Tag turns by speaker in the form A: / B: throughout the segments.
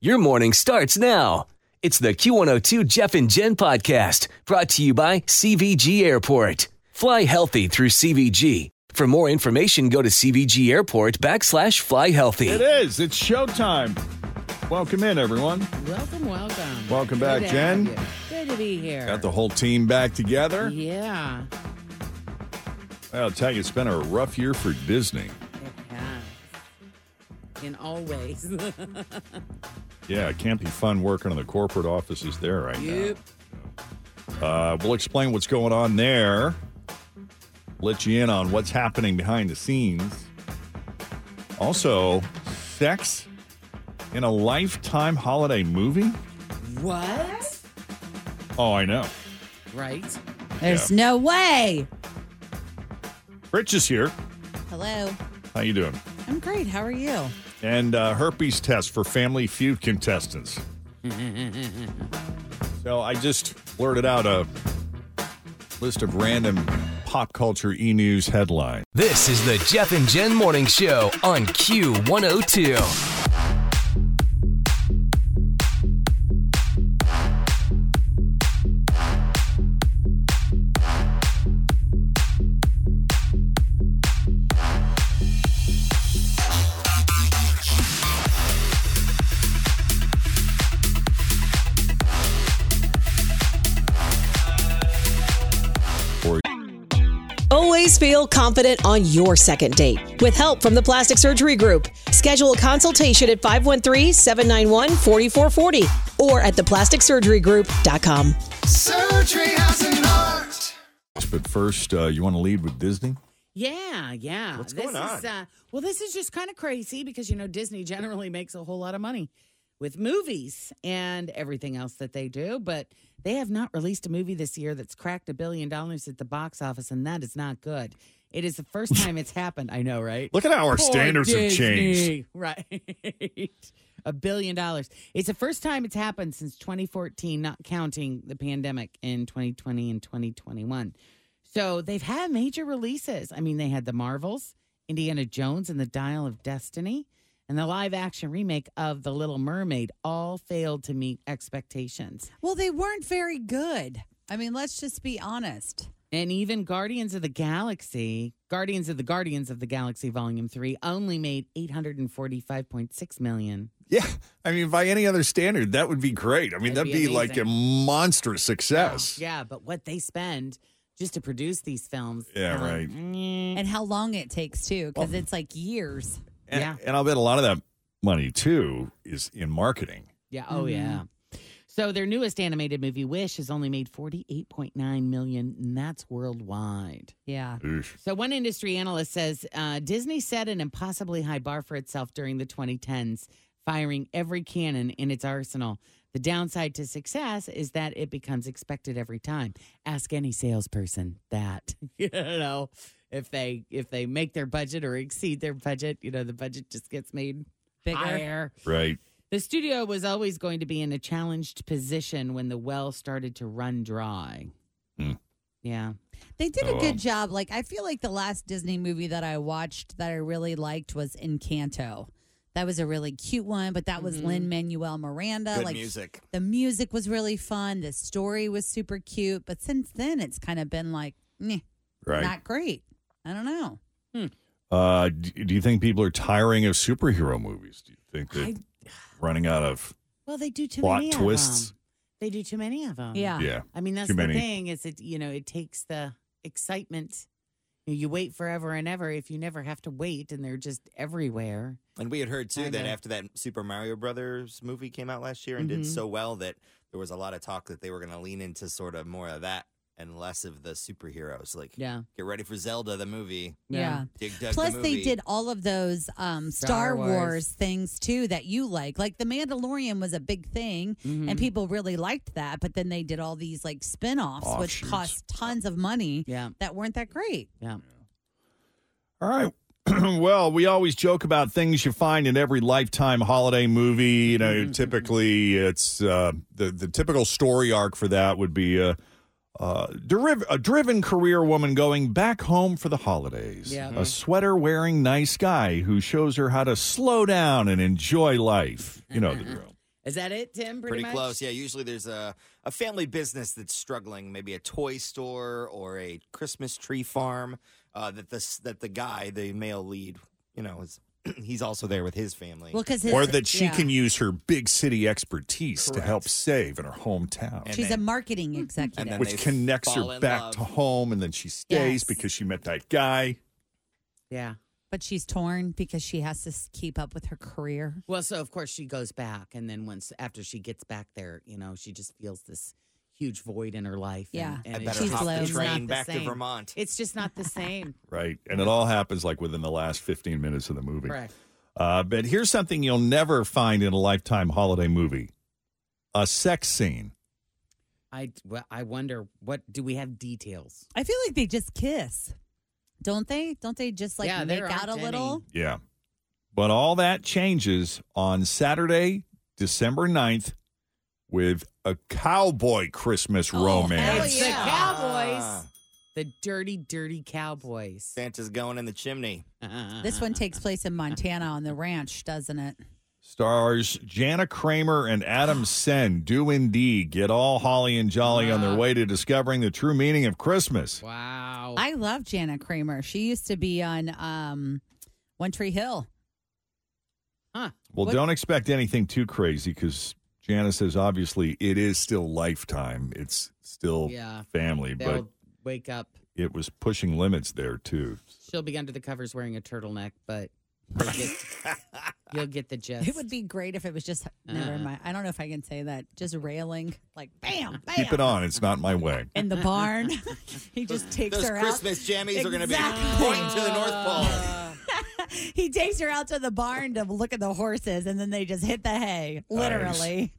A: Your morning starts now. It's the Q102 Jeff and Jen podcast brought to you by CVG Airport. Fly healthy through CVG. For more information, go to CVG Airport backslash fly
B: It
A: healthy.
B: is. It's showtime. Welcome in, everyone.
C: Welcome, welcome.
B: Welcome back,
C: Good to
B: Jen.
C: have you. Good to be here.
B: Got the whole team back together.
C: yeah.
B: I'll tell you, it's been a rough year for Disney.
C: It has. In all ways.
B: Yeah, it can't be fun working in the corporate offices there right
C: Yep.
B: now. Uh, we'll explain what's going on there, let you in on what's happening behind the scenes. Also, sex in a lifetime holiday movie?
C: What?
B: Oh, I know.
C: Right.
D: There's no way.
B: Rich is here.
D: Hello.
B: How you doing?
D: I'm great. How are you?
B: and uh, herpes test for Family Feud contestants. so I just blurted out a list of random pop culture e news headlines.
A: This is the Jeff and Jen Morning Show on Q102.
E: Always feel confident on your second date. With help from the Plastic Surgery Group, schedule a consultation at 513 791 4440 or at theplasticsurgerygroup.com.
F: Surgery has an art.
B: But first, uh, you want to lead with Disney?
C: Yeah, yeah.
B: What's
C: this
B: going
C: is
B: on?
C: uh, well, this is just kind of crazy because you know Disney generally makes a whole lot of money with movies and everything else that they do, but they have not released a movie this year that's cracked a billion dollars at the box office, and that is not good. It is the first time it's happened. I know, right?
B: Look at how our
C: Poor
B: standards have changed.
C: Disney. Right. A billion dollars. It's the first time it's happened since 2014, not counting the pandemic in 2020 and 2021. So they've had major releases. I mean, they had the Marvels, Indiana Jones, and the Dial of Destiny, and the live action remake of The Little Mermaid all failed to meet expectations.
D: Well, they weren't very good. I mean, let's just be honest.
C: And even Guardians of the Galaxy, Guardians of the Guardians of the Galaxy Volume 3 only made 845.6 million.
B: Yeah. I mean, by any other standard, that would be great. I mean,
C: That'd
B: that'd, be,
C: be
B: like a
C: amazing.
B: monstrous success.
C: Yeah, but what they spend just to produce these films.
B: Yeah,
C: I'm like,
B: right.
C: "Mm,
D: And how long it takes, too, because it's like years.
B: And,
C: Yeah.
B: and I'll bet a lot of that money, too, is in marketing.
C: Yeah. Oh, yeah. So their newest animated movie, Wish, has only made forty-eight point nine million, and that's worldwide.
D: Yeah.
B: Oof.
C: So one industry analyst says uh, Disney set an impossibly high bar for itself during the 2010s, firing every cannon in its arsenal. The downside to success is that it becomes expected every time. Ask any salesperson that. you know, if they if they make their budget or exceed their budget, you know the budget just gets made
D: Bigger.
C: higher.
B: Right.
C: The studio was always going to be in a challenged position when the well started to run dry.
B: Hmm.
C: Yeah.
D: They did a
B: Oh, um,
D: good job. Like, I feel like the last Disney movie that I watched that I really liked was Encanto. That was a really cute one, but that was
C: Mhm.
D: Lin Manuel Miranda. like,
F: music.
D: the music was really fun. The story was super cute. But since then, it's kind of been like, meh.
B: Right.
D: not great. I don't know.
B: Uh, d- do you think people are tiring of superhero movies? Do you think they're running out of
C: Well, they do too
B: plot
C: many
B: twists?
C: of them. They do too many of them.
D: Yeah.
B: Yeah.
C: I mean, that's
B: Too
C: the
B: many.
C: thing is it you know it takes the excitement. You wait forever and ever if you never have to wait, and they're just everywhere.
F: And we had heard too that
C: Kinda.
F: after that Super Mario Brothers movie came out last year and
C: Mhm.
F: did so well that there was a lot of talk that they were going to lean into sort of more of that and less of the superheroes. Like,
C: Yeah.
F: get ready for Zelda the movie.
D: Yeah.
F: Dig Dug the
D: Plus, they
F: movie.
D: did all of those um,
C: Star
D: Star,
C: Wars.
D: Wars. things too that you like. Like The Mandalorian was a big thing,
C: Mm-hmm.
D: and people really liked that. But then they did all these like spin offs, which
B: Offshoots.
D: cost tons of money
C: Yeah.
D: that weren't that great.
C: Yeah.
B: All right. well, we always joke about things you find in every lifetime holiday movie. You know, typically it's uh, the the typical story arc for that would be a uh, deriv- a driven career woman going back home for the holidays.
C: Yeah.
B: A sweater wearing nice guy who shows her how to slow down and enjoy life. You know the drill.
C: Is that it, Tim? Pretty,
F: Pretty,
C: much?
F: close. Yeah, usually there's a, a family business that's struggling, maybe a toy store or a Christmas tree farm. Uh, that this that the guy, the male lead, you know, is he's also there with his family.
D: Well, because
B: or that she can use her big city expertise to help save in her hometown.
F: And
D: She's a
F: then-
D: marketing executive.
F: and then
B: which
F: they
B: connects
F: fall
B: her
F: in
B: back
F: love.
B: to home, and then she stays
D: Yes.
B: because she met that guy.
C: Yeah.
D: But she's torn because she has to s- keep up with her career.
C: Well, so of course she goes back, and then once after she gets back there, you know, she just feels this huge void in her life. and-
D: Yeah.
C: and,
F: I
C: it's
F: better
C: just
D: She's
F: hop
D: low.
F: the
C: it's not
F: train back to
C: same.
F: Vermont.
C: It's just not the same.
B: Right. And it all happens like within the last 15 minutes of the movie.
C: Correct.
B: Uh, but here's something you'll never find in a lifetime holiday movie a sex scene.
C: I well, I wonder what do we have details?
D: I feel like they just kiss, don't they? Don't they just like
C: Yeah,
D: make
C: there
D: out a
C: aren't
D: little?
B: Yeah. But all that changes on Saturday, December 9th, with a cowboy Christmas
D: Oh, hell
B: romance.
C: It's the
D: yeah.
C: Cowboys,
F: Ah.
C: the dirty, dirty Cowboys. Uh-uh.
F: Santa's going in the chimney.
D: This one takes place in Montana on the ranch, doesn't it?
B: Stars Jana Kramer and Adam Sen do indeed get all holly and jolly on their way to discovering the true meaning of Christmas.
C: Wow.
D: I love Janet Kramer. She used to be on um, One Tree Hill.
C: huh.
B: Well,
D: What-
B: don't expect anything too crazy because Jana says obviously it is still lifetime. It's still
C: Yeah.
B: family,
C: They'll
B: but
C: wake up.
B: it was pushing limits there too.
C: She'll be under the covers wearing a turtleneck, but you'll get, you'll get the gist.
D: It would be great if it was just never
C: Uh-uh.
F: Uh-huh.
D: mind. I don't know if I can say that. Just railing, like bam, bam,
B: Keep it on. It's not my way.
D: in the barn. he just takes
F: Those
D: her out.
F: Christmas jammies are going to be
D: Exactly.
F: pointing to the North Pole.
D: He takes her out to the barn to look at the horses, and then they just hit the hay, literally.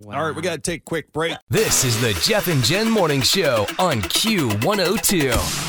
C: Wow.
B: All right, we got to take a quick break.
A: This is the Jeff and Jen Morning Show on Q102.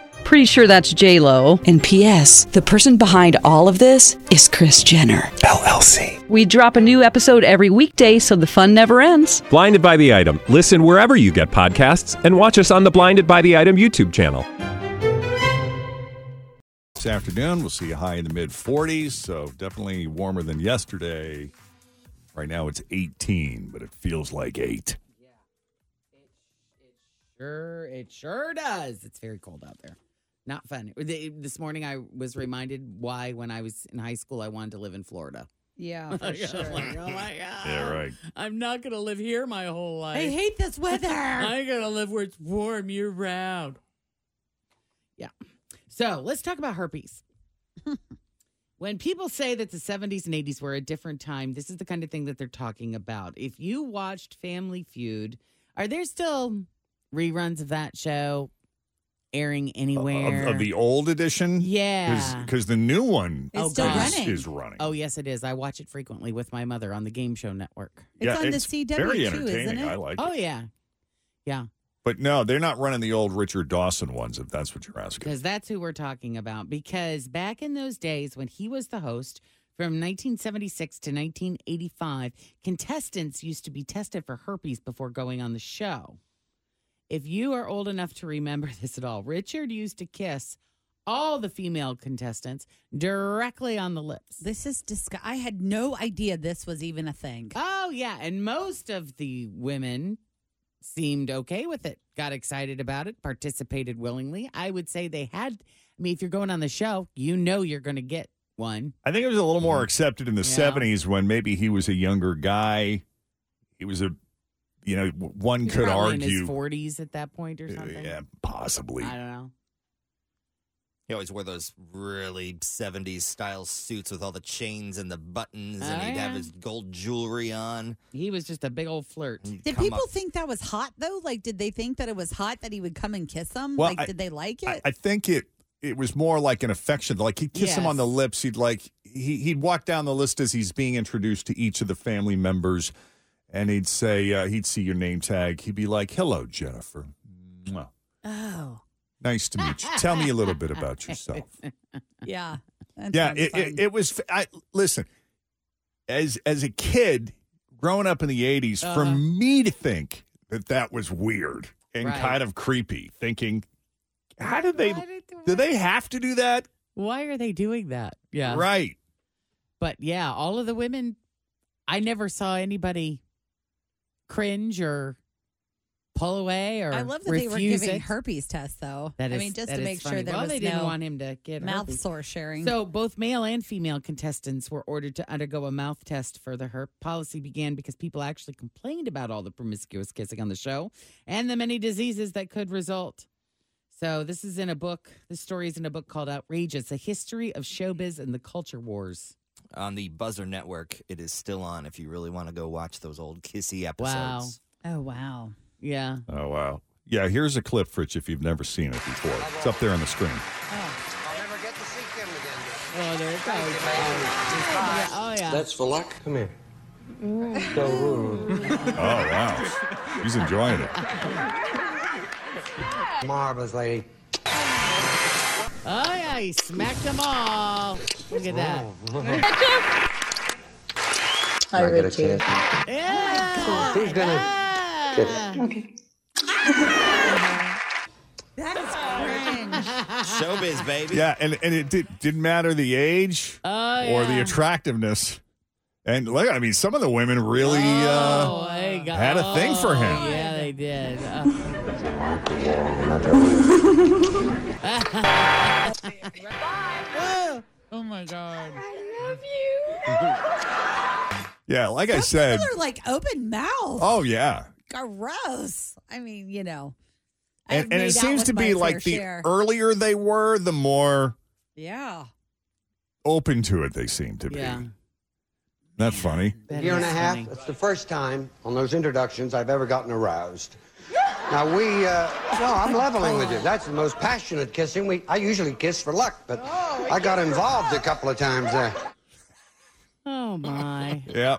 G: Pretty sure that's J Lo.
E: And P.S. The person behind all of this is Chris Jenner.
H: LLC.
G: We drop a new episode every weekday, so the fun never ends.
H: Blinded by the item. Listen wherever you get podcasts, and watch us on the Blinded by the Item YouTube channel.
B: This afternoon, we'll see a high in the mid 40s, so definitely warmer than yesterday. Right now it's 18, but it feels like 8.
C: Sure, it sure does. It's very cold out there. Not fun. Th- This morning I was reminded why, when I was in high school, I wanted to live in Florida.
D: Yeah,
C: I was like, oh my god.
B: Yeah, right.
C: I'm not gonna live here my whole life.
D: I hate this weather.
C: I'm gonna live where it's warm year round. Yeah. So let's talk about herpes. when people say that the 70s and 80s were a different time, this is the kind of thing that they're talking about. If you watched Family Feud, are there still reruns of that show airing anywhere?
B: Of, of the old edition?
C: yeah.
B: Because the new one
D: It's
C: Oh,
D: still
C: gosh.
B: is,
D: running.
B: is running.
C: Oh yes, it is. I watch it frequently with my mother on the game show network.
D: It's on the CW
B: very
D: too,
B: entertaining.
D: isn't it?
B: I like
C: Oh
B: it.
C: yeah, yeah.
B: But no, they're not running the old Richard Dawson ones, if that's what you're asking.
C: Because that's who we're talking about. Because back in those days when he was the host from 1976 to 1985, contestants used to be tested for herpes before going on the show. If you are old enough to remember this at all, Richard used to kiss all the female contestants directly on the lips.
D: This is disgusting. I had no idea this was even a thing.
F: Uh,
C: Oh, yeah. And most of the women seemed okay with it, got excited about it, participated willingly. I would say they had, I mean, if you're going on the show, you know you're going to get one.
B: I think it was a little more accepted in the
C: Yeah.
B: 70s when maybe he was a younger guy. He was a, you know, one
C: He's
B: could
C: probably in
B: argue.
C: his 40s at that point or something.
B: yeah, possibly.
C: I don't know.
F: He always wore those really 70s style suits with all the chains and the buttons, and
C: Oh,
F: he'd have
C: yeah.
F: his gold jewelry on.
C: He was just a big old flirt.
B: Mm.
F: and he'd
D: Did
F: come
D: people
F: up-
D: think that was hot though? Like, did they think that it was hot that he would come and kiss them?
B: Well,
D: like,
B: I-
D: did they like it?
B: I, I think it it was more like an affection. Like he'd kiss him on the
C: Yes.
B: lips. He'd like he he'd walk down the list as he's being introduced to each of the family members, and he'd say uh, he'd see your name tag. He'd be like, "Hello, Jennifer. Mwah.
D: oh,
B: Nice to meet you. Tell me a little bit about yourself."
D: yeah. That
B: yeah,
D: sounds
B: it,
D: fun.
B: it, it was. I listen as as a kid growing up in the '80s. For
C: Uh-huh.
B: me to think that that was weird and
C: Right.
B: kind of creepy, thinking, how did they?
C: Why did they-
B: Do they have to do that?
C: Why are they doing that? Yeah.
B: Right.
C: But yeah, all of the women, I never saw anybody cringe or pull away or
D: I love that they
C: refuse
D: were giving
C: it.
D: herpes tests though.
C: That
D: I
C: is-
D: mean, just
C: that
D: to
C: is
D: make sure
C: funny.
D: there
C: well,
D: was
C: they didn't
D: no
C: want him to get
D: mouth
C: herpes.
D: sore sharing.
C: So both male and female contestants were ordered to undergo a mouth test for the herp policy began because people actually complained about all the promiscuous kissing on the show and the many diseases that could result. So this is in a book. This story is in a book called Outrageous: A History of Showbiz and the Culture Wars.
F: on the Buzzer Network. It is still on if you really want to go watch those old kissy episodes.
C: Wow.
D: oh wow.
C: Yeah.
B: Oh wow. Yeah, here's a clip, Fritz, if you've never seen it before. It's up there on the screen.
C: Oh, there it goes. Oh, yeah. Oh, yeah.
I: That's for luck. Come here.
B: Oh wow. He's enjoying it.
I: Marvelous lady.
C: Oh, yeah. He smacked them all. Look at that.
I: I, get a kiss.
C: Yeah.
I: Who's gonna?
C: Yeah.
D: That's cringe.
F: Showbiz, baby.
B: Yeah, and, and it did, didn't matter the age
C: Oh,
B: or the
C: yeah.
B: attractiveness. And look, I mean, some of the women really.
C: Oh,
B: Uh,
C: they got-
B: had a thing for him.
C: Oh, Yeah, they did. Oh. oh my god.
B: yeah, like I
D: People
B: said.
D: are like open mouth.
B: Oh yeah,
D: Gross. I mean, you know. I've
B: and, and
D: made
B: it
D: out
B: seems
D: with
B: to be
D: my fair
B: like the
D: share.
C: er
B: earlier they were, the more
D: yeah.
B: open to it they seem to be.
C: Yeah.
B: That's funny.
C: That
I: Year and a
C: is
I: half.
C: funny.
I: It's the first time on those introductions I've ever gotten aroused. Now we, uh, no, I'm leveling with you. That's the most passionate kissing. We, I usually kiss for luck, but I got involved a couple of times there.
C: Oh my.
B: Yeah.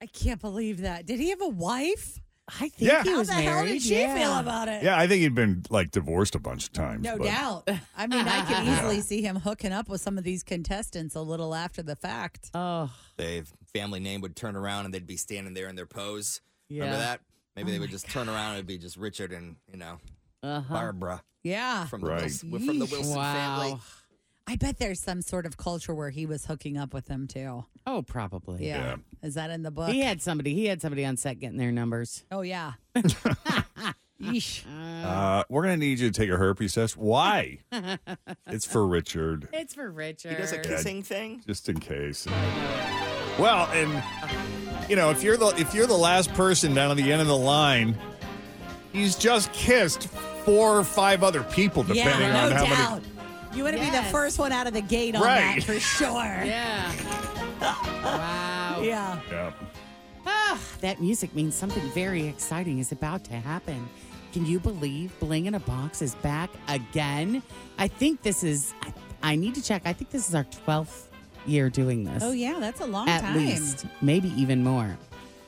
D: I can't believe that. Did he have a wife?
C: I think
B: Yeah.
C: he
D: How
C: was
D: the
C: married.
D: hell did she
C: yeah.
D: feel about it?
B: Yeah, I think he'd been like divorced a bunch of times.
D: No
B: but-
D: doubt. I mean, I could easily see him hooking up with some of these contestants a little after the fact.
C: Oh,
F: Their family name would turn around and they'd be standing there in their pose.
C: Yeah.
F: Remember that? Maybe they would just turn around and it'd be just Richard and, you know, Barbara
D: Yeah.
F: from the,
B: Right.
F: Wilson, from the Wilson
C: wow.
F: family.
D: I bet there's some sort of culture where he was hooking up with them too.
C: Oh, probably.
D: Yeah. Is that in the book?
C: He had somebody. He had somebody on set getting their numbers.
D: Oh, yeah. Yeesh.
B: Uh, we're gonna need you to take a herpes test. Why? it's for Richard,
C: It's for Richard.
F: He does a kissing thing.
B: just in case. Well, and you know, if you're the if you're the last person down at the end of the line, he's just kissed four or five other people,
D: Yeah,
B: depending
D: no
B: on how
D: doubt.
B: many.
D: You want to be the
C: Yes.
D: first one out of the gate on
B: Right.
D: that for sure.
C: Yeah. wow.
D: yeah.
B: Yeah.
C: Ah, that music means something very exciting is about to happen. Can you believe Bling in a Box is back again? I think this is, I, I need to check. I think this is our 12th year doing this.
D: Oh, yeah. That's a long
C: At
D: time.
C: least, maybe even more.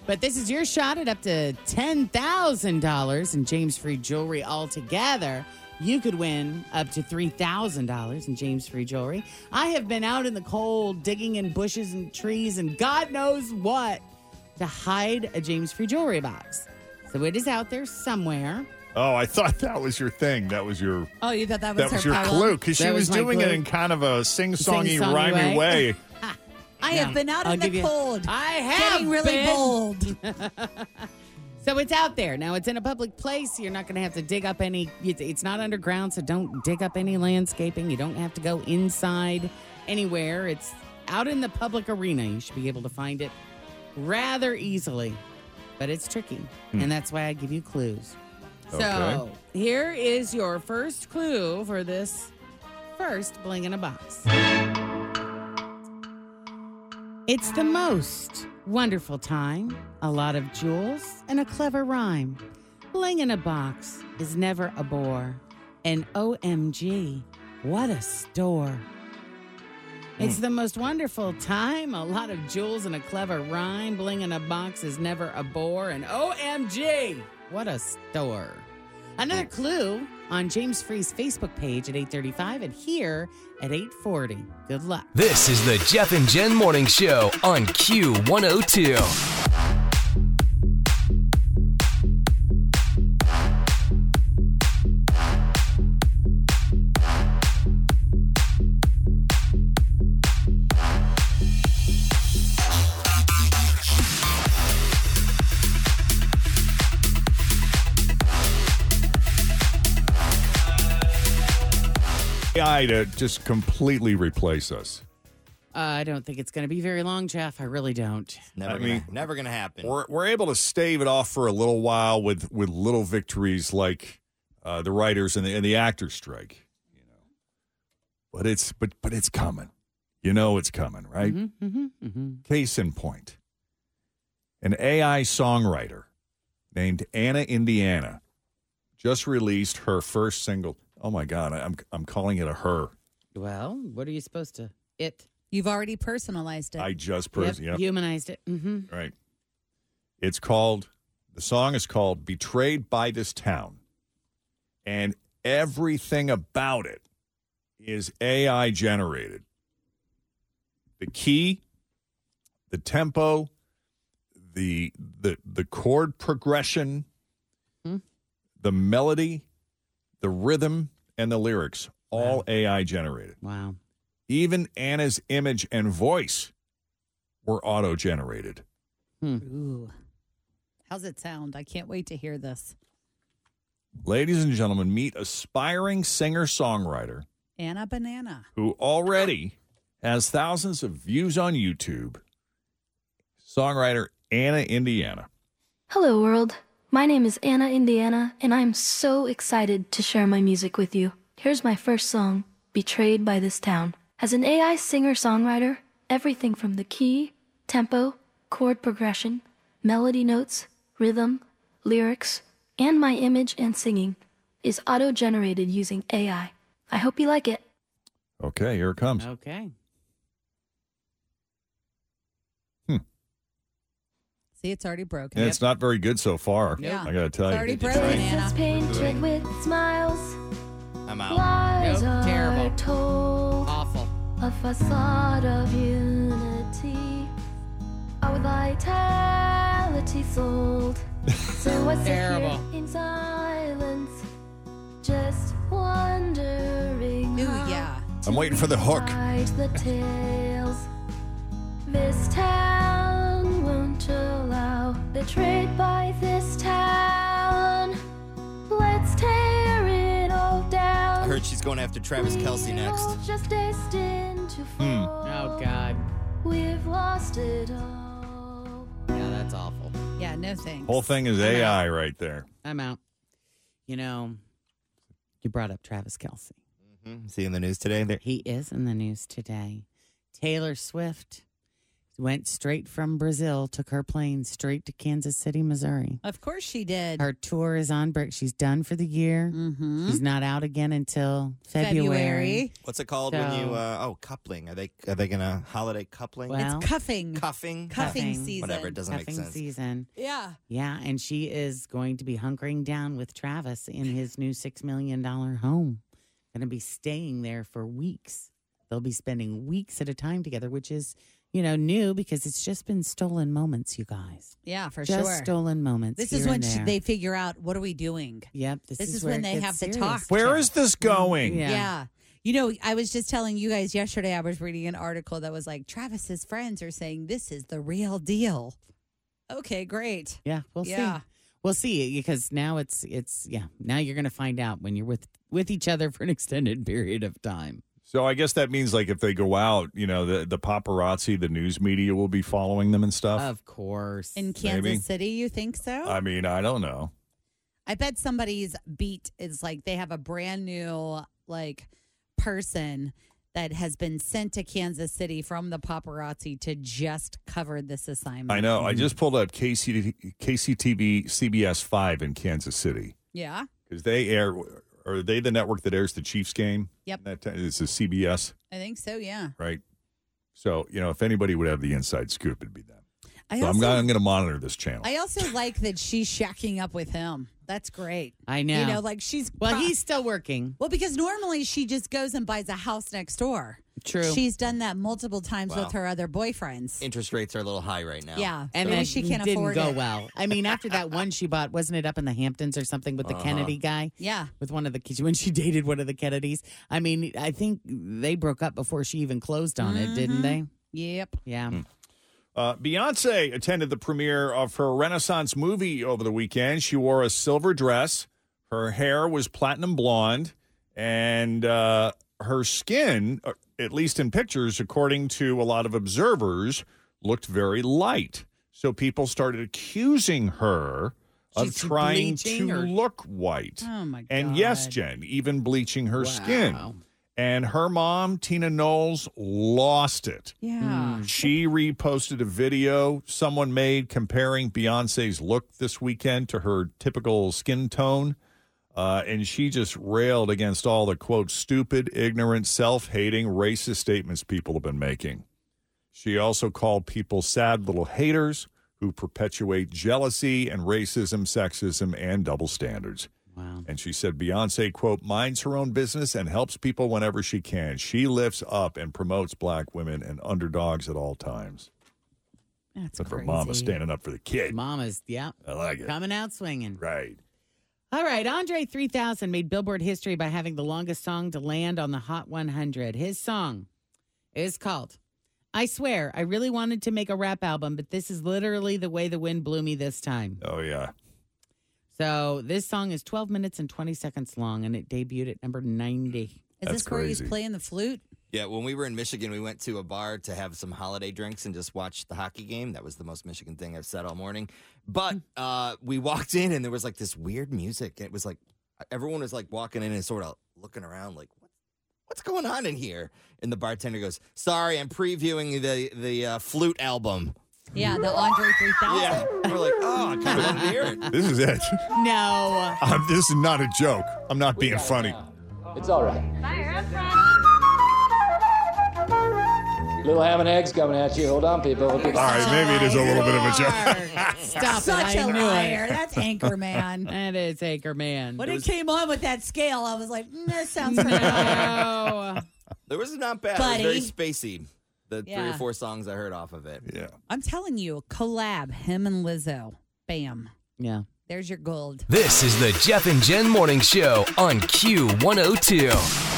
C: But this is your shot at up to $10,000 in James Free jewelry altogether. You could win up to $3,000 in James Free jewelry. I have been out in the cold digging in bushes and trees and God knows what to hide a James Free jewelry box. So it is out there somewhere.
B: Oh, I thought that was your thing. That was your
D: Oh, you thought that was
B: that
D: her
B: was your
D: poem?
B: clue because she
C: That
B: was,
C: was my
B: doing it
C: clue.
B: in kind of a sing-songy,
C: Sing-songy
B: rhymey way.
C: way.
D: I
C: Yeah.
D: have been out
C: I'll
D: in
C: give
D: the
C: you-
D: cold.
C: I have
D: Getting really
C: been.
D: bold.
C: So it's out there. Now it's in a public place. You're not going to have to dig up any, it's it's not underground, so don't dig up any landscaping. You don't have to go inside anywhere. It's out in the public arena. You should be able to find it rather easily, but it's tricky. And that's why I give you clues. So
B: Okay.
C: here is your first clue for this First, bling in a box. It's the most wonderful time, a lot of jewels, and a clever rhyme. Bling in a box is never a bore. And OMG, what a store. It's the most wonderful time, a lot of jewels and a clever rhyme. Bling in a box is never a bore. And OMG, what a store. Another clue on James Free's Facebook page at 835 and here at 840. Good luck.
A: This is the Jeff and Jen Morning Show on Q102.
B: AI to just completely replace us.
C: Uh, I don't think it's going to be very long, Jeff. I really don't.
F: Never,
B: I
F: gonna,
B: mean-
F: never gonna happen.
B: We're, we're able to stave it off for a little while with, with little victories like uh, the writers and the, and the actors strike. You know, but it's but but it's coming. You know it's coming, right?
C: Mm-hmm, mm-hmm, mm-hmm.
B: Case in point, an AI songwriter named Anna Indiana just released her first single. Oh my God, I'm I'm calling it a her.
C: Well, what are you supposed to? It.
D: You've already personalized it.
B: I just pers-
C: Yep,
B: yep.
C: Humanized it. Mm-hmm.
B: Right. It's called, the song is called Betrayed by This Town. And everything about it is AI generated. The key, the tempo, the the the chord progression,
C: Hmm.
B: the melody, the rhythm, and the lyrics, all AI generated.
C: Wow.
B: Even Anna's image and voice were auto generated.
D: Ooh. How's it sound? I can't wait to hear this.
B: Ladies and gentlemen, meet aspiring singer songwriter
D: Anna Banana.
B: who already has thousands of views on YouTube. Songwriter Anna Indiana.
J: Hello, world. My name is Anna Indiana, and I'm so excited to share my music with you. Here's my first song, Betrayed by This Town. As an AI singer songwriter, everything from the key, tempo, chord progression, melody notes, rhythm, lyrics, and my image and singing is auto generated using AI. I hope you like it.
B: Okay, here it comes.
C: Okay.
D: See, it's already broken.
B: Hmm. And it's not very good so far.
D: Yeah.
B: I got to tell
D: It's
B: you.
D: already broken, Anna.
J: painted with smiles,
F: I'm out.
J: lies
C: Nope, terrible.
J: are told.
C: Awful.
J: a facade of unity. Our vitality sold. So I sit
C: Terrible.
J: here in silence, just wondering.
D: Ooh,
J: how
D: yeah.
J: to
B: I'm waiting for the hook.
J: rewrite the tales. This town won't allow. Betrayed by this town. Let's tear it all down.
F: I heard she's going after Travis Kelsey next.
J: Just destined to
C: Oh
B: Hmm.
J: fall.
C: God.
J: We've lost it all.
C: Yeah, that's awful.
D: Yeah, no thanks.
B: Whole thing is AI right there.
C: I'm out. You know, you brought up Travis Kelsey.
F: Mhm. See you in the news today. There.
C: He is in the news today. Taylor Swift went straight from Brazil, took her plane straight to Kansas City, Missouri.
D: Of course she did.
C: Her tour is on break. She's done for the year.
D: mm-hmm.
C: She's not out again until February.
F: What's it called when you?
C: So-
F: Uh, oh, coupling. Are they? Are they gonna holiday coupling?
C: Well,
D: It's cuffing.
F: cuffing.
D: cuffing.
C: Cuffing.
D: season.
F: Whatever. It doesn't make
C: Cuffing
F: sense.
C: season.
D: Yeah.
C: Yeah, and she is going to be hunkering down with Travis in his new six million dollar home. Going to be staying there for weeks. They'll be spending weeks at a time together, which is, you know, new because it's just been stolen moments, you guys.
D: Yeah, for
C: just
D: sure.
C: stolen moments.
D: This is
C: here
D: when
C: and
D: she,
C: there.
D: they figure out what are we doing.
C: Yep. This,
D: this
C: is,
D: is
C: where
D: when
C: it
D: they
C: gets
D: have to
C: serious.
D: talk.
B: Where is this going?
C: Yeah.
D: Yeah. You know, I was just telling you guys yesterday, I was reading an article that was like, Travis's friends are saying this is the real deal. Okay, great.
C: Yeah, we'll
D: Yeah.
C: see. We'll see because now it's it's yeah. Now you're going to find out when you're with with each other for an extended period of time.
B: So I guess that means like if they go out, you know, the, the paparazzi, the news media will be following them and stuff.
C: Of course.
D: In Kansas
B: Maybe.
D: City, you think so?
B: I mean, I don't know.
D: I bet somebody's beat is like they have a brand new like person that has been sent to Kansas City from the paparazzi to just cover this assignment. Mm-hmm.
B: I know. I just pulled up KC, KCTV CBS 5 in Kansas City
D: Yeah.
B: because they air, are they the network that airs the Chiefs game?
D: Yep.
B: That time, it's a CBS,
D: I think so. Yeah.
B: right? So, you know, if anybody would have the inside scoop, it'd be them.
D: I
B: so
D: also,
B: I'm, gonna- I'm going to monitor this channel.
D: I also like that she's shacking up with him. That's great.
C: I know.
D: You know, like she's
C: well,
D: pro-
C: he's still working.
D: well because normally she just goes and buys a house next door.
C: True.
D: She's done that multiple times
F: Wow.
D: with her other boyfriends.
F: Interest rates are a little high right now.
D: yeah,
C: and
D: maybe
C: then
D: she can't
C: didn't
D: afford
C: go
D: it.
C: well. I mean, after that one she bought, wasn't it up in the Hamptons or something with the Kennedy guy?
D: Yeah,
C: With one of the kids when she dated one of the Kennedys. I mean, I think they broke up before she even closed on it, didn't they?
D: Mm-hmm. yep.
C: Yeah.
B: Uh, Beyonce attended the premiere of her Renaissance movie over the weekend. She wore a silver dress, her hair was platinum blonde, and uh, her skin, uh, at least in pictures, according to a lot of observers, looked very light. So people started accusing her of
C: She's
B: trying
C: bleaching
B: to
C: or-
B: look white.
D: Oh my god.
B: And yes, Jen, even bleaching her
C: Wow.
B: skin. And her mom, Tina Knowles, lost it.
C: Mm.
D: Yeah.
B: She reposted a video someone made comparing Beyonce's look this weekend to her typical skin tone. Uh, and she just railed against all the quote, stupid, ignorant, self hating, racist statements people have been making. She also called people sad little haters who perpetuate jealousy and racism, sexism, and double standards.
C: Wow.
B: And she said Beyonce, quote, minds her own business and helps people whenever she can. She lifts up and promotes black women and underdogs at all times.
D: That's
B: Except for
D: crazy.
B: mama standing up for the kid.
C: Mama's, yeah,
B: I like it.
C: coming out swinging.
B: Right.
C: All right, Andre 3000 made Billboard history by having the longest song to land on the Hot 100. His song is called I Swear. I really wanted to make a rap album, but this is literally the way the wind blew me this time.
B: Oh, yeah.
C: So, this song is 12 minutes and 20 seconds long and it debuted at number 90.
D: Is
B: That's
D: this where he's
B: crazy.
D: playing the flute?
F: Yeah, when we were in Michigan, we went to a bar to have some holiday drinks and just watch the hockey game. That was the most Michigan thing I've said all morning. But uh, we walked in and there was like this weird music. It was like everyone was like walking in and sort of looking around, like what, what's going on in here? And the bartender goes, "Sorry, I'm previewing the the uh, flute album."
D: Yeah, the Andre 3000.
F: Yeah, we're like, "Oh, I kind of want to hear it."
B: This is it.
C: No.
B: I'm, this is not a joke. I'm not being funny.
K: It's all right. Little ham and eggs coming at you. Hold on, people. Hope you-
B: All right, maybe it is a little bit of a joke.
C: Stop
D: Such
C: it. I
D: a
C: knew
D: liar.
C: it.
D: That's Anchorman.
C: That is Anchorman.
D: when it came on with that scale, I was like, mm, that sounds familiar.
C: no.
F: There was not bad. It was very spacey. The three or
D: Yeah.
F: four songs I heard off of it.
B: Yeah.
D: I'm telling you, collab him and Lizzo. Bam.
C: yeah.
D: There's your gold.
A: This is the Jeff and Jen Morning Show on Q102.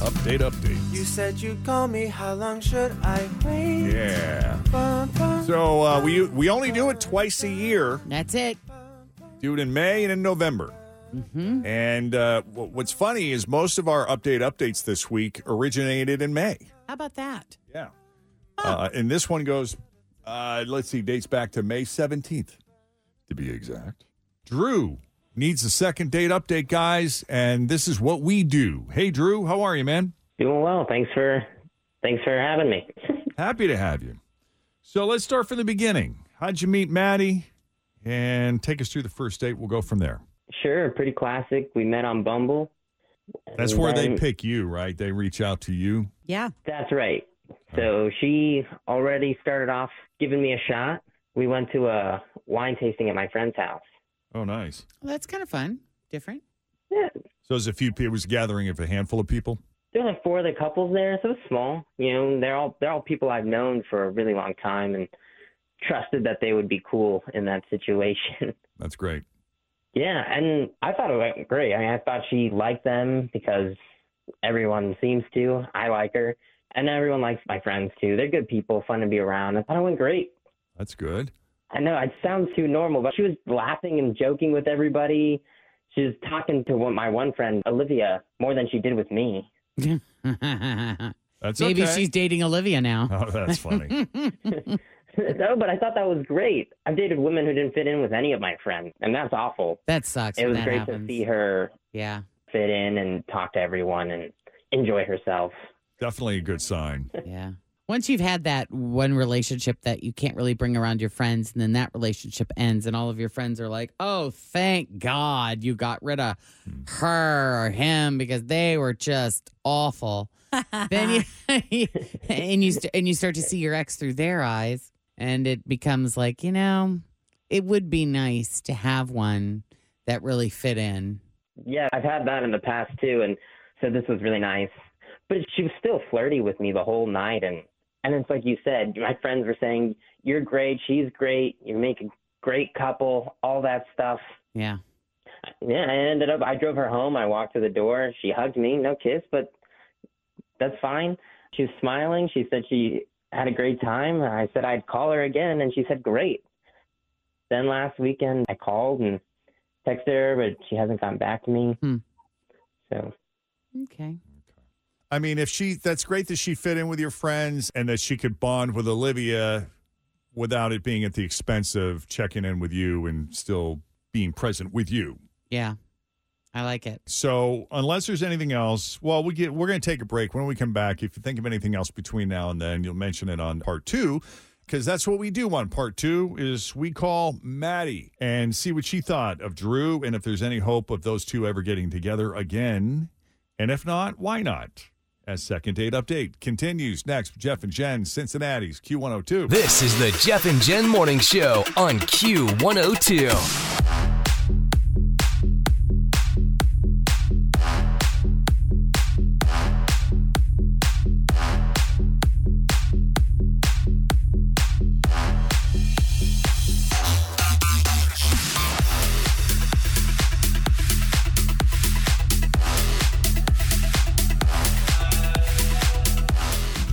B: Update, update.
K: You said you'd call me. How long should I wait?
B: Yeah. So uh, we, we only do it twice a year.
C: That's it.
B: do it in May and in November. And uh, wh- what's funny is most of our update updates this week originated in May.
C: How about that?
B: Yeah. Uh, and this one goes, uh, let's see, dates back to May 17th, to be exact. Drew needs a second date update, guys. And this is what we do. Hey, Drew, how are you, man?
K: Doing well. Thanks for, thanks for having me.
B: Happy to have you. So let's start from the beginning. How'd you meet Maddie? And take us through the first date. We'll go from there.
K: Sure, pretty classic. We met on Bumble.
B: That's where they
K: Then-
B: pick you, right? They reach out to you.
D: Yeah.
K: That's right. So she already started off giving me a shot. We went to a wine tasting at my friend's house.
B: Oh, nice.
C: Well, that's kind of fun. Different.
K: Yeah,
B: So it was a few. It was a gathering of a handful of people.
K: there were like four other couples there, so it was small. You know, they're all they're all people I've known for a really long time and trusted that they would be cool in that situation.
B: That's great.
K: yeah, and I thought it went great. I mean, I thought she liked them because everyone seems to. I like her, and everyone likes my friends too. They're good people, fun to be around. I thought it went great.
B: That's good.
K: I know I sound too normal, but she was laughing and joking with everybody. She was talking to one, my one friend, Olivia, more than she did with me.
B: That's
C: Maybe
K: okay.
C: she's dating Olivia now.
B: Oh, that's funny.
K: no, but I thought that was great. I've dated women who didn't fit in with any of my friends, and that's awful.
C: That sucks.
K: It
C: when
K: was
C: that
K: great
C: happens.
K: to see her
C: yeah.
K: fit in and talk to everyone and enjoy herself.
B: Definitely a good sign.
C: Yeah. Once you've had that one relationship that you can't really bring around your friends, and then that relationship ends, and all of your friends are like, oh, thank God you got rid of her or him because they were just awful. then you, and, you st- and you start to see your ex through their eyes, and it becomes like, you know, it would be nice to have one that really fit in.
K: Yeah, I've had that in the past too, and so this was really nice. But she was still flirty with me the whole night, and and it's like you said, my friends were saying you're great, she's great, you make a great couple, all that stuff.
C: Yeah.
K: Yeah, I ended up. I drove her home. I walked to the door. She hugged me, no kiss, but that's fine. She was smiling. She said she had a great time. I said I'd call her again, and she said great. Then last weekend, I called and texted her, but she hasn't gotten back to me. So
C: Okay.
B: I mean, if she, that's great that she fit in with your friends and that she could bond with Olivia without it being at the expense of checking in with you and still being present with you.
C: Yeah. I like it.
B: So unless there's anything else, well, we get we're going to take a break. When we come back, if you think of anything else between now and then, you'll mention it on part two, because that's what we do on part two. Is we call Maddie and see what she thought of Drew and if there's any hope of those two ever getting together again, and if not, why not? As second date update continues next, Jeff and Jen, Cincinnati's Q102.
A: This is the Jeff and Jen Morning Show on Q102.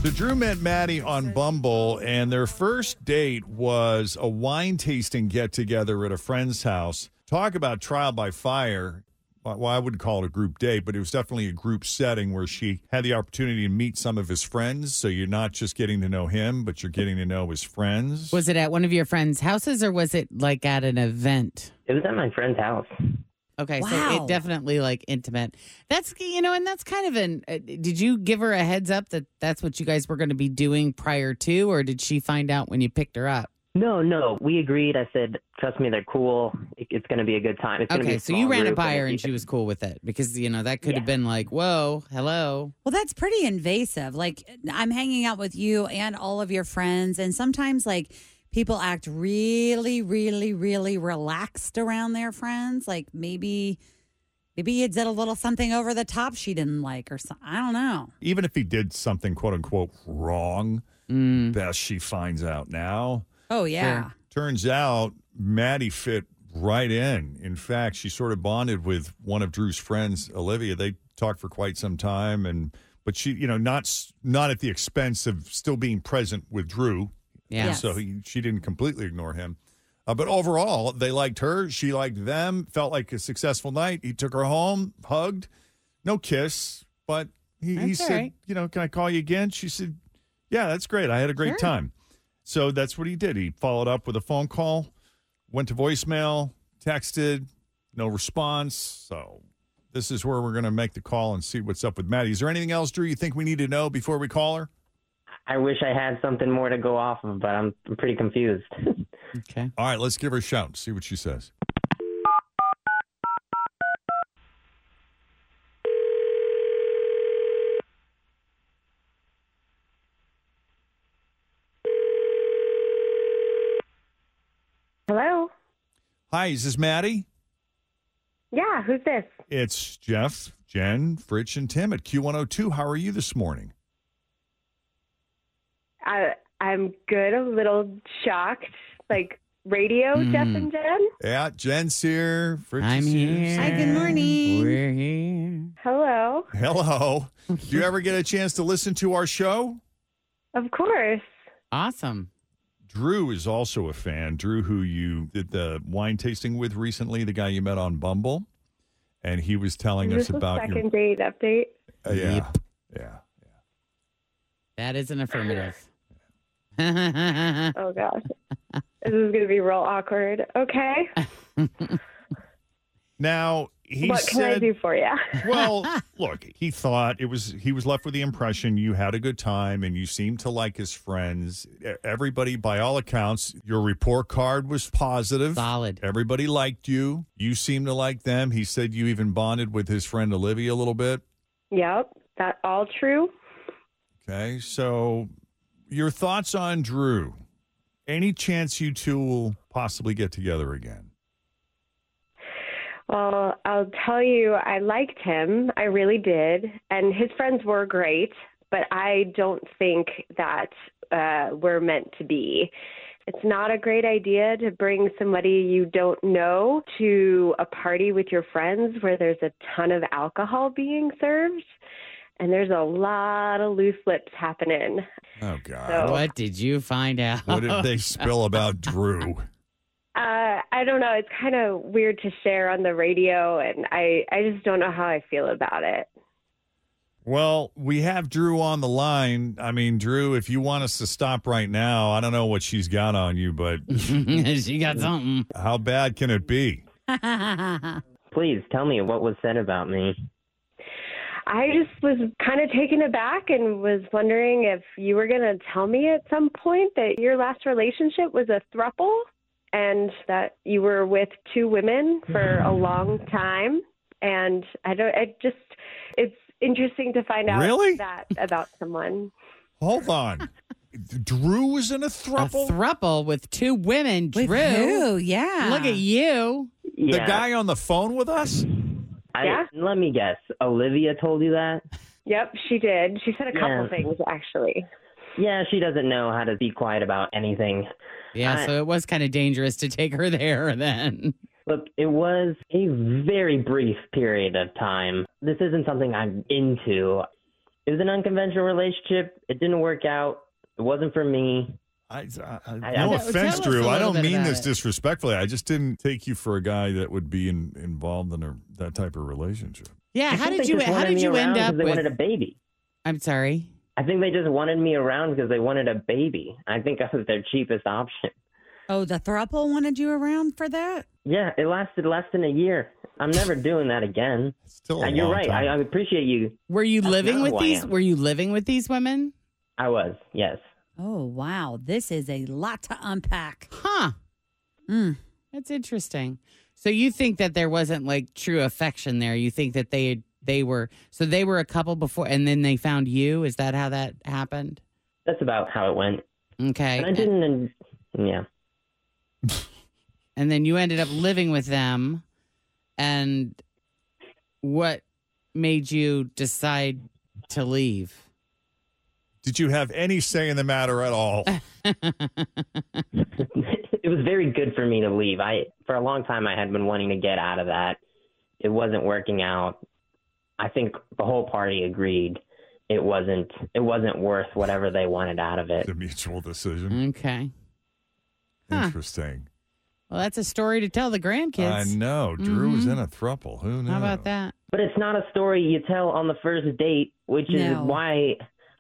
B: So Drew met Maddie on Bumble, and their first date was a wine tasting get together at a friend's house. Talk about trial by fire. Well, I wouldn't call it a group date, but it was definitely a group setting where she had the opportunity to meet some of his friends. So you're not just getting to know him, but you're getting to know his friends.
C: Was it at one of your friends' houses or was it like at an event?
K: it was at my friend's house.
C: Okay, so
K: Wow.
C: it definitely like intimate. That's you know, and that's kind of an. Uh, did you give her a heads up that that's what you guys were going to be doing prior to, or did she find out when you picked her up?
K: No, no, we agreed. I said, trust me, they're cool. It- It's going to be a good time. It's gonna be
C: Okay,
K: a
C: so you
K: small
C: ran it
K: group,
C: by
K: and
C: her
K: if
C: and she was cool with it because you know that could have been like, whoa, hello.
D: Well, that's pretty invasive. Like, I'm hanging out with you and all of your friends, and sometimes, like, people act really, really, really relaxed around their friends. Like, maybe, maybe you did a little something over the top she didn't like, or something. I don't know.
B: Even if he did something quote unquote wrong, best she finds out now.
D: Oh, yeah.
B: Sure. Turns out Maddie fit right in. In fact, she sort of bonded with one of Drew's friends, Olivia. They talked for quite some time, and but she, you know, not s- not at the expense of still being present with Drew.
C: Yeah.
B: And So he, she didn't completely ignore him. Uh, but overall, they liked her. She liked them. Felt like a successful night. He took her home, hugged, no kiss, but he, he
C: That's all
B: said,
C: right.
B: "You know, can I call you again?" She said, "Yeah, that's great. I had a great
C: Sure.
B: time." So that's what he did. He followed up with a phone call, went to voicemail, texted, no response. So this is where we're going to make the call and see what's up with Maddie. Is there anything else, Drew, you think we need to know before we call her?
K: I wish I had something more to go off of, but I'm I'm pretty confused.
C: Okay.
B: All right, let's give her a shout and see what she says.
L: Hello.
B: Hi, is this Maddie?
L: Yeah, who's this?
B: It's Jeff, Jen, Fritch, and Tim at Q102. How are you this morning?
L: I I'm good. A little shocked. Like radio, Jeff and Jen.
B: Yeah, Jen's here. Fritch
C: I'm
B: is
C: here. Hi, good morning. We're here.
L: Hello.
B: Hello. Do you ever get a chance to listen to our show?
L: Of course.
C: Awesome.
B: Drew is also a fan. Drew, who you did the wine tasting with recently, the guy you met on Bumble, and he was telling
L: Is
B: us
L: this a
B: about your
L: second date update?
B: Uh, yeah,
C: That is an affirmative.
L: oh gosh, this is going to be real awkward. Okay,
B: Now he
L: what can I
B: said,
L: do for you?
B: well, look, he thought it was he was left with the impression you had a good time and you seemed to like his friends. E- Everybody, by all accounts, your report card was positive,
C: solid.
B: Everybody liked you. You seemed to like them. He said you even bonded with his friend Olivia a little bit.
L: yep, that all true.
B: Okay, so your thoughts on Drew? Any chance you two will possibly get together again?
L: Well, I'll tell you, I liked him. I really did. And his friends were great, but I don't think that uh, we're meant to be. It's not a great idea to bring somebody you don't know to a party with your friends where there's a ton of alcohol being served and there's a lot of loose lips happening.
B: Oh God!
L: So-
C: What did you find out?
B: What did they spill about Drew?
L: Uh, I don't know. It's kind of weird to share on the radio, and I, I just don't know how I feel about it.
B: Well, we have Drew on the line. I mean, Drew, if you want us to stop right now, I don't know what she's got on you, but
C: she got something.
B: How bad can it be?
K: Please tell me what was said about me.
L: I just was kind of taken aback and was wondering if you were going to tell me at some point that your last relationship was a thruple and that you were with two women for
K: Mm-hmm.
L: a long time. And I don't, it just, it's interesting to find out
B: Really?
L: that about someone.
B: Hold on. Drew was in a thruple.
C: A thruple with two women. Drew.
D: who? Yeah.
C: Look at you.
B: The guy on the phone with us?
K: I,
L: Yeah?
K: Let me guess. Olivia told you that?
L: Yep, she did. She said a couple
K: Yeah.
L: things, actually.
K: Yeah, she doesn't know how to be quiet about anything.
C: Yeah,
K: I-
C: so it was kind of dangerous to take her there then.
K: Look, it was a very brief period of time. This isn't something I'm into. It was an unconventional relationship. It didn't work out. It wasn't for me.
B: I, I,
K: I-
B: no
K: I-
B: offense,
C: tell us a
B: Drew. I
C: little
B: don't
C: bit
B: mean
C: about
B: this
C: it.
B: disrespectfully. I just didn't take you for a guy that would be in, involved in a, that type of relationship.
C: Yeah,
K: I
C: how
K: think
C: did
K: they
C: you
K: just
C: how
K: wanted
C: did
K: me
C: you
K: around
C: end
K: 'cause
C: up
K: They
C: with
K: wanted a baby.
C: I'm sorry.
K: I think they just wanted me around because they wanted a baby. I think I was their cheapest option.
D: Oh, the thruple wanted you around for that?
K: Yeah, it lasted less than a year. I'm never doing that again.
B: Still, a
K: And you're
B: long
K: right. I,
B: time.
K: I appreciate you.
C: Were you
K: That's
C: living
K: not
C: with
K: who I
C: these
K: am.
C: were you living with these women?
K: I was, yes.
D: Oh, wow. This is a lot to unpack.
C: Huh.
D: Mm.
C: That's interesting. So you think that there wasn't like true affection there. You think that they they were so they were a couple before and then they found you? Is that how that happened?
K: That's about how it went.
C: Okay.
K: And I didn't. And, yeah.
C: and then you ended up living with them and what made you decide to leave
B: Did you have any say in the matter at all?
K: it was very good for me to leave. I for a long time I had been wanting to get out of that. It wasn't working out. I think the whole party agreed it wasn't it wasn't worth whatever they wanted out of it.
B: it's a mutual decision.
C: okay Hmm. Huh.
B: Interesting.
C: well that's a story to tell the
B: I
C: grandkids
B: know. Drew was
C: Mhm.
B: in a thruple. Who knew?
C: how about that
K: But it's not a story you tell on the first date, which
D: No.
K: is why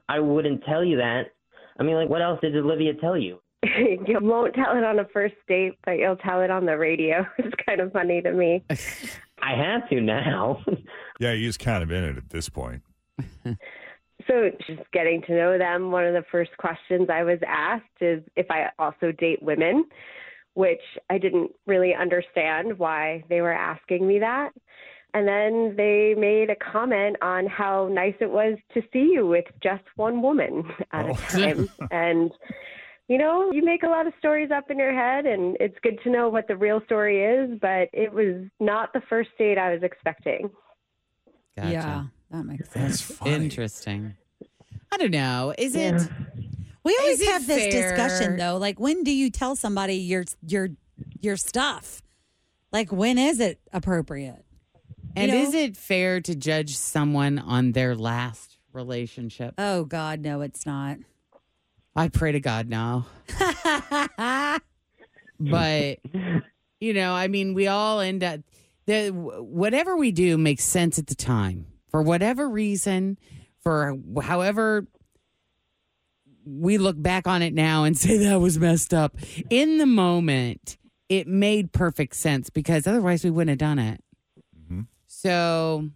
K: I wouldn't tell you that. I mean, like, what else did Olivia tell you?
L: you won't tell it on a first date, but you'll tell it on the radio. It's kind of funny to me.
K: I have to now.
B: Yeah, he was kind of in it at this point.
L: So, just getting to know them, one of the first questions I was asked is if I also date women, which I didn't really understand why they were asking me that. And then they made a comment on how nice it was to see you with just one woman at
B: Oh.
L: a time. and, you know, you make a lot of stories up in your head, and it's good to know what the real story is, but it was not the first date I was expecting.
C: gotcha
D: Yeah, that makes sense.
B: That's funny.
C: interesting i don't know is it
D: We always
C: Is it
D: have this
C: fair?
D: discussion though. Like when do you tell somebody your your your stuff? Like when is it appropriate?
C: and
D: know-
C: is it fair to judge someone on their last relationship
D: Oh God, no, it's not.
C: I pray to God now. but you know, I mean, we all end up the whatever we do makes sense at the time for whatever reason, for however we look back on it now and say that was messed up. In the moment, it made perfect sense because otherwise we wouldn't have done it. So,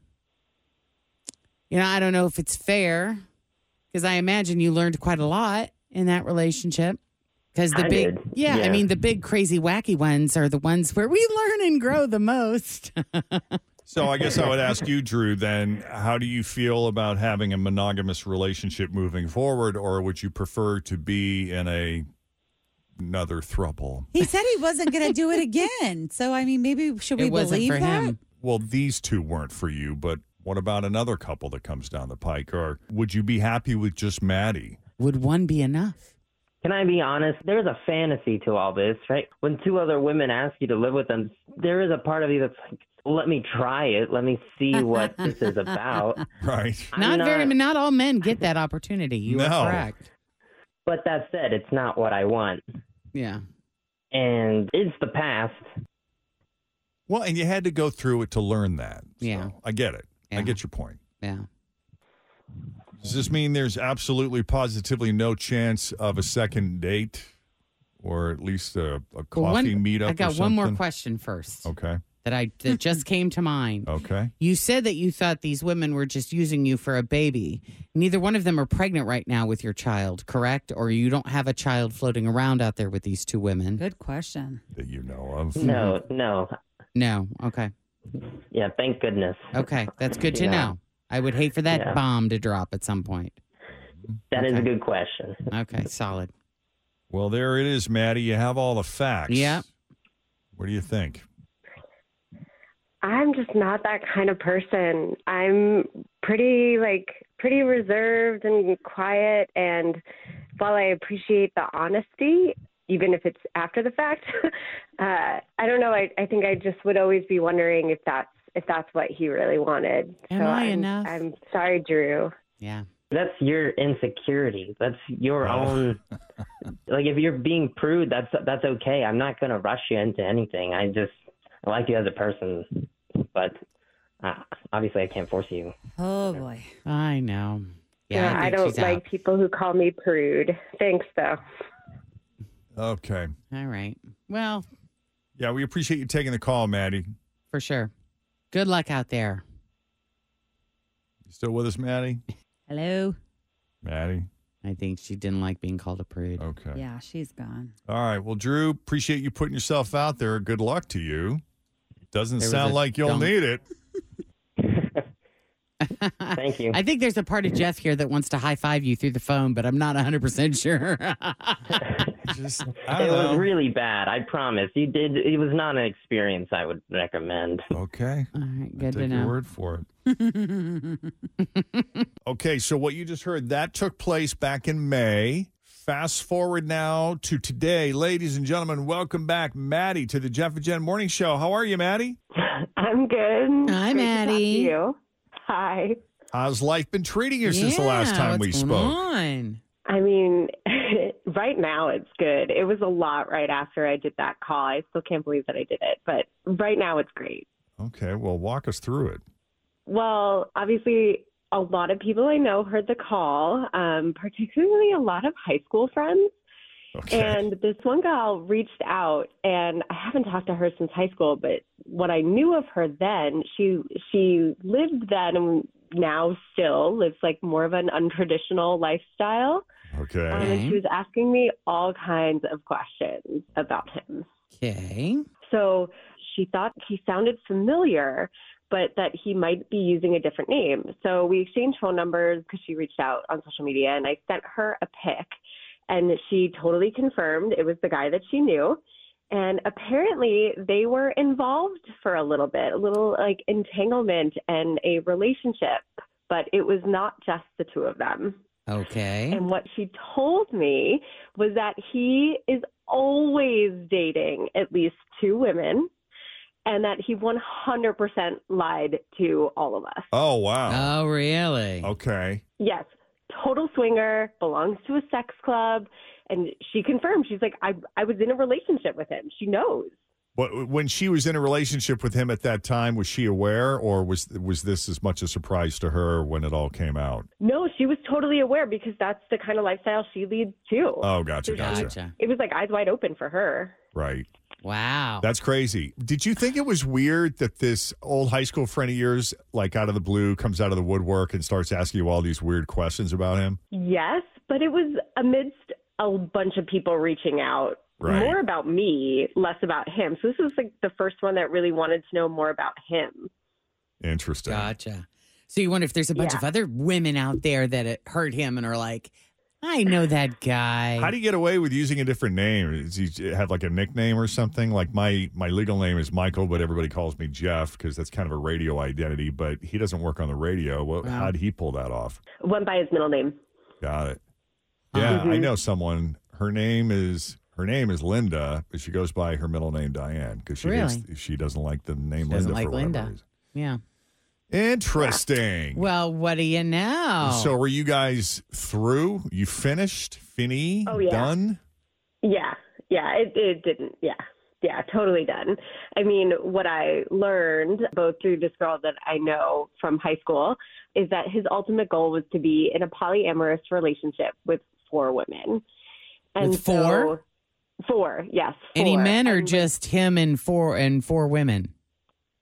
C: you know, I don't know if it's fair because I imagine you learned quite a lot in that relationship. Because the
G: I
C: big,
G: did.
C: Yeah, I
G: Yeah.
C: mean, the big crazy wacky ones are the ones where we learn and grow the most.
B: So I guess I would ask you, Drew, then how do you feel about having a monogamous relationship moving forward, or would you prefer to be in a another throuple?
D: He said he wasn't going to do it again. So, I mean, maybe should we believe that?
B: Well, these two weren't for you, but what about another couple that comes down the pike? Or would you be happy with just Maddie?
C: Would one be enough?
K: Can I be honest? There's a fantasy to all this, right? When two other women ask you to live with them, there is a part of you that's like, let me try it. Let me see what this is about.
B: Right.
C: Not very, not all men get that opportunity. You
K: No.
C: are correct.
K: But that said, it's not what I want.
C: Yeah.
K: And it's the past.
B: Well, and you had to go through it to learn that.
K: Yeah.
B: I get it. I get your point.
C: Yeah.
B: Does this mean there's absolutely positively no chance of a second date or at least a, a
C: But
B: coffee
C: one-
B: meetup?
C: I
B: or
C: got one more
B: something? Oh.
C: question first
B: Okay.
C: that I that just came to mind.
B: Okay.
C: You said that you thought these women were just using you for a baby. Neither one of them are pregnant right now with your child, correct? Or you don't have a child floating around out there with these two women?
D: Good question.
B: That you know of.
K: No, no.
C: No. Okay.
K: Yeah, thank goodness.
C: Okay. That's good to
K: Yeah.
C: know. I would hate for that
K: Yeah.
C: bomb to drop at some point.
K: That is
C: Okay.
K: a good question.
C: Okay. Solid.
B: Well, there it is, Maddie. You have all the facts.
C: Yeah.
B: What do you think?
L: I'm just not that kind of person. I'm pretty like pretty reserved and quiet and while I appreciate the honesty, even if it's after the fact, uh, I don't know. I, I think I just would always be wondering if that's if that's what he really wanted.
K: Am
L: so
K: I
L: am
K: enough?
L: I'm sorry, Drew.
C: Yeah.
K: That's your insecurity. That's your
B: Oh.
K: own. like if you're being prude, that's that's okay. I'm not gonna rush you into anything. I just I like you as a person, but uh, obviously I can't force you.
D: Oh boy.
C: I know.
K: Yeah, I
L: I
K: think
L: don't
K: she's out.
L: like people who call me prude. Thanks though.
B: Okay.
C: All right. Well,
B: Yeah, we appreciate you taking the call, Maddie.
C: for sure. Good luck out there.
B: You still with us, Maddie?
D: Hello.
B: Maddie.
C: I think she didn't like being called a prude.
B: Okay.
D: Yeah, she's gone.
B: All right. Well, Drew, appreciate you putting yourself out there. Good luck to you. Doesn't
C: There was
B: sound
C: a
B: like you'll
C: dunk.
B: need it.
K: Thank you.
C: I think there's a part of Jeff here that wants to high five you through the phone, but I'm not 100% sure.
B: Just,
K: it was really bad. I promise. You did. It was not an experience I would recommend.
B: Okay.
C: All right. Good
B: Take
C: to
B: your
C: know.
B: word for it. Okay, so what you just heard that took place back in May. Fast forward now to today, ladies and gentlemen. Welcome back, Maddie, to the Jeff and Jen Morning Show. How are you, Maddie?
L: I'm good.
C: Hi,
L: Great to talk to
C: Maddie.
L: you. Hi.
B: How's life been treating you since the last
L: Yeah,
B: time
L: what's going
B: we spoke?
C: on?
L: I mean, right now it's good. It was a lot right after I did that call. I still can't believe that I did it, but right now it's great.
B: Okay, well, walk us through it.
L: Well, obviously, a lot of people I know heard the call, um, particularly a lot of high school friends. And this one girl reached out, and I haven't talked to her since high school. But what I knew of her then, she she lived then and now still lives like more of an untraditional lifestyle.
B: Okay.
L: Um, and she was asking me all kinds of questions about him.
C: Okay.
L: So she thought he sounded familiar, but that he might be using a different name. So we exchanged phone numbers because she reached out on social media, and I sent her a pic, and she totally confirmed it was the guy that she knew. And apparently, they were involved for a little bit, a little like entanglement and a relationship, but it was not just the two of them.
B: Mm-hmm.
C: Okay.
L: And what she told me was that he is always dating at least two women and that he 100% lied to all of us.
B: Oh, wow.
C: uh, Oh, really?
B: Okay.
L: Yes. total swinger, belongs to a sex club. And she confirmed, she's like, I, I was in a relationship with him. She knows.
B: But when she was in a relationship with him at that time, was she aware, or was was this as much a surprise to her when it all came out?
L: No, she was totally aware because that's the kind of lifestyle she leads too.
B: Oh, gotcha,
L: So she-
B: gotcha.
L: It was like eyes wide open for her.
B: Right.
C: Wow.
B: That's crazy. Did you think it was weird that this old high school friend of yours, like out of the blue, comes out of the woodwork and starts asking you all these weird questions about him?
L: Yes, but it was amidst a bunch of people reaching out.
B: Right.
L: More about me, less about him. So this was like the first one that really wanted to know more about him.
B: Interesting.
C: Gotcha. So you wonder if there's a bunch
L: Yeah.
C: of other women out there that it heard him and are like, I know that guy.
B: How do you get away with using a different name? Does he have like a nickname or something? Like my my legal name is Michael, but everybody calls me Jeff because that's kind of a radio identity. But he doesn't work on the radio. Well,
L: Wow.
B: How'd he pull that off?
L: Went by his middle name.
B: Got it. Yeah,
C: Uh-huh.
B: I
L: Mhm.
B: know someone. Her name is her name is Linda, but she goes by her middle name Diane because she hates-
C: Really?
B: she doesn't like the name
C: She doesn't
B: Linda.
C: like
B: for whatever
C: Linda.
B: reason.
C: Yeah.
B: Interesting.
C: Well, what do you know?
B: So were you guys through? You finished? Fini?
L: Oh, yeah.
B: Done?
L: Yeah, yeah, it, it didn't. Yeah, yeah, totally done. I mean, what I learned both through this girl that I know from high school is that his ultimate goal was to be in a polyamorous relationship with four women.
C: With four?
L: so- four, yes.
C: Any
L: four.
C: men or just him and four and four women?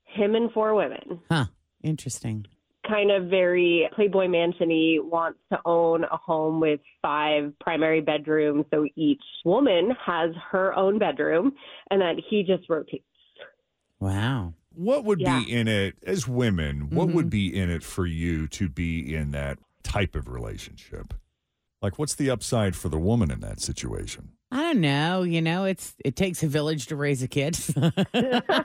L: Him and four women.
C: Huh. Interesting.
L: Kind of very Playboy Mansiony wants to own a home with five primary bedrooms, so each woman has her own bedroom, and that he just rotates.
C: Wow.
B: What would
L: Yeah.
B: be in it as women? What
C: Mm-hmm.
B: would be in it for you to be in that type of relationship? Like, what's the upside for the woman in that situation?
C: I don't know. You know, it's it takes a village to raise a kid.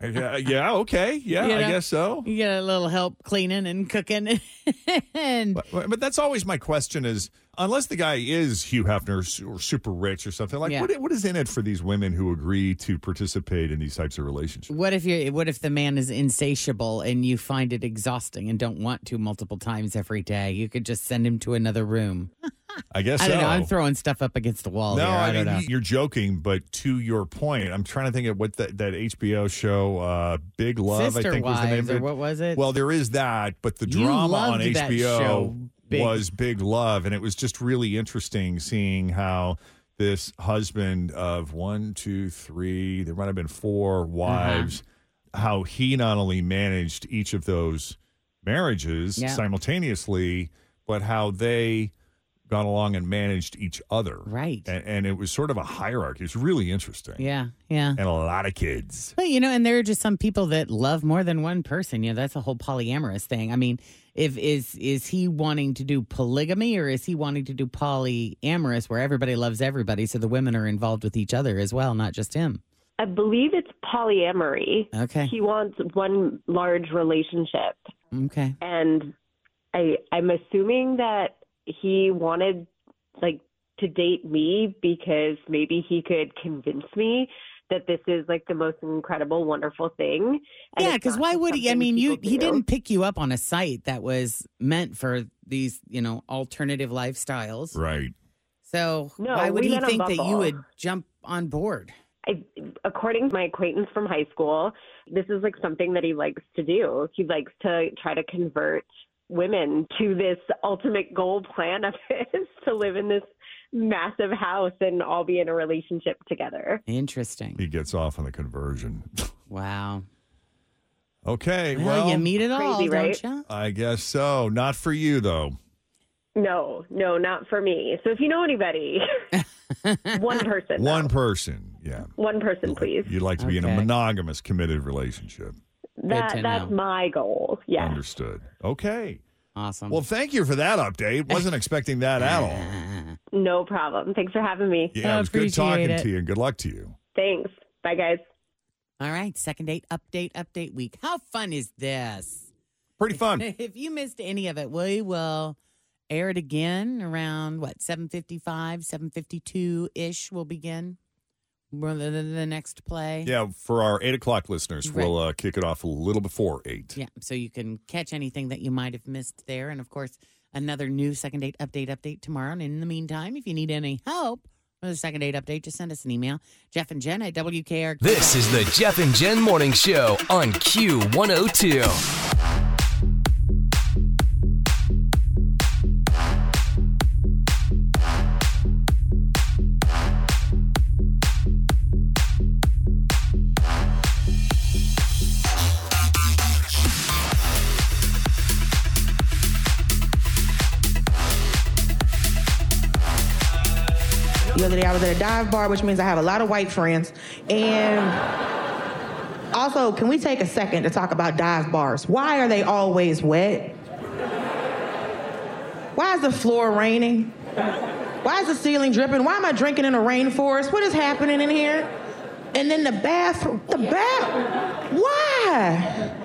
B: Uh, yeah, yeah, okay, yeah,
C: You
B: I
C: know? Mm-hmm.
B: guess so.
C: you get a little help cleaning and cooking. and
B: But, but that's always my question: is unless the guy is Hugh Hefner s- or super rich or something, like
C: Yeah.
B: what, what is in it for these women who agree to participate in these types of relationships?
C: what if you what if the man is insatiable and you find it exhausting and don't want to multiple times every day? You could just send him to another room.
B: I guess
C: I don't
B: so.
C: know. I'm throwing stuff up against the wall.
B: No,
C: here.
B: I,
C: I,
B: mean
C: don't know.
B: y- you're joking, but to your point, I'm trying to think of what that, that HBO show, uh, Big Love,
C: Sister
B: I think was the name
C: Wives,
B: of
C: or
B: it.
C: what was it?
B: Well, there is that, but the
C: You
B: drama on
C: loved that
B: HBO
C: show, Big-
B: was Big Love, and it was just really interesting seeing how this husband of one, two, three, there might have been four
C: Uh-huh.
B: wives, how he not only managed each of those marriages
C: Yeah.
B: simultaneously, but how they got along and managed each other.
C: Right.
B: And, and it was sort of a hierarchy. It's really interesting.
C: yeah, yeah.
B: And a lot of kids.
C: But you know, and there are just some people that love more than one person. You know, that's a whole polyamorous thing. I mean, if is is he wanting to do polygamy or is he wanting to do polyamorous where everybody loves everybody so the women are involved with each other as well, not just him.
L: I believe it's polyamory.
C: Okay.
L: He wants one large relationship.
C: Okay.
L: And I I'm assuming that he wanted like to date me because maybe he could convince me that this is like the most incredible, wonderful thing. And
C: yeah,
L: it's
C: because
L: not
C: why
L: just
C: would he? I
L: something
C: mean, you
L: people
C: he
L: do.
C: didn't pick you up on a site that was meant for these, you know, alternative lifestyles.
B: Right.
C: So
L: No,
C: why would
L: we
C: he
L: met on
C: think that you
L: Bumble.
C: would jump on board?
L: I, according to my acquaintance from high school, this is like something that he likes to do. He likes to try to convert women to this ultimate goal plan of his to live in this massive house and all be in a relationship together.
C: Interesting.
B: He gets off on the conversion.
C: Wow.
B: okay. Well,
C: Well, you meet it
L: Crazy,
C: all,
L: right?
C: don't you?
B: I guess so. Not for you though.
L: No, no, not for me. So if you know anybody, one person,
B: One
L: though.
B: person. Yeah.
L: one person, please.
B: You'd like to be in a
C: Okay.
B: monogamous committed relationship.
L: That
C: to
L: that's
C: know.
L: my goal. Yeah.
B: Understood. Okay.
C: Awesome.
B: Well, thank you for that update. Wasn't expecting that at all.
L: No problem. Thanks for having me.
B: Yeah,
C: I
B: it was good
C: appreciate
B: talking
C: it.
B: to you and good luck to you.
L: Thanks. Bye guys.
C: All right, second date update, update week. How fun is this?
B: Pretty fun.
C: If you missed any of it, we will air it again around what 7:55, 7:52 ish. We'll begin Well, the, the- the next play.
B: Yeah, for our eight o'clock listeners, we'll uh, kick it off a little before eight.
C: Yeah, so you can catch anything that you might have missed there. And of course, another new second date update update tomorrow. And in the meantime, if you need any help with the second date update, just send us an email. Jeff and Jen at WKR.
A: This is the Jeff and Jen Morning Show on Q102.
M: The other day, I was at a dive bar, which means I have a lot of white friends. And also, can we take a second to talk about dive bars? Why are they always wet? Why is the floor raining? Why is the ceiling dripping? Why am I drinking in a rainforest? What is happening in here? And then the bathroom, the bath, why?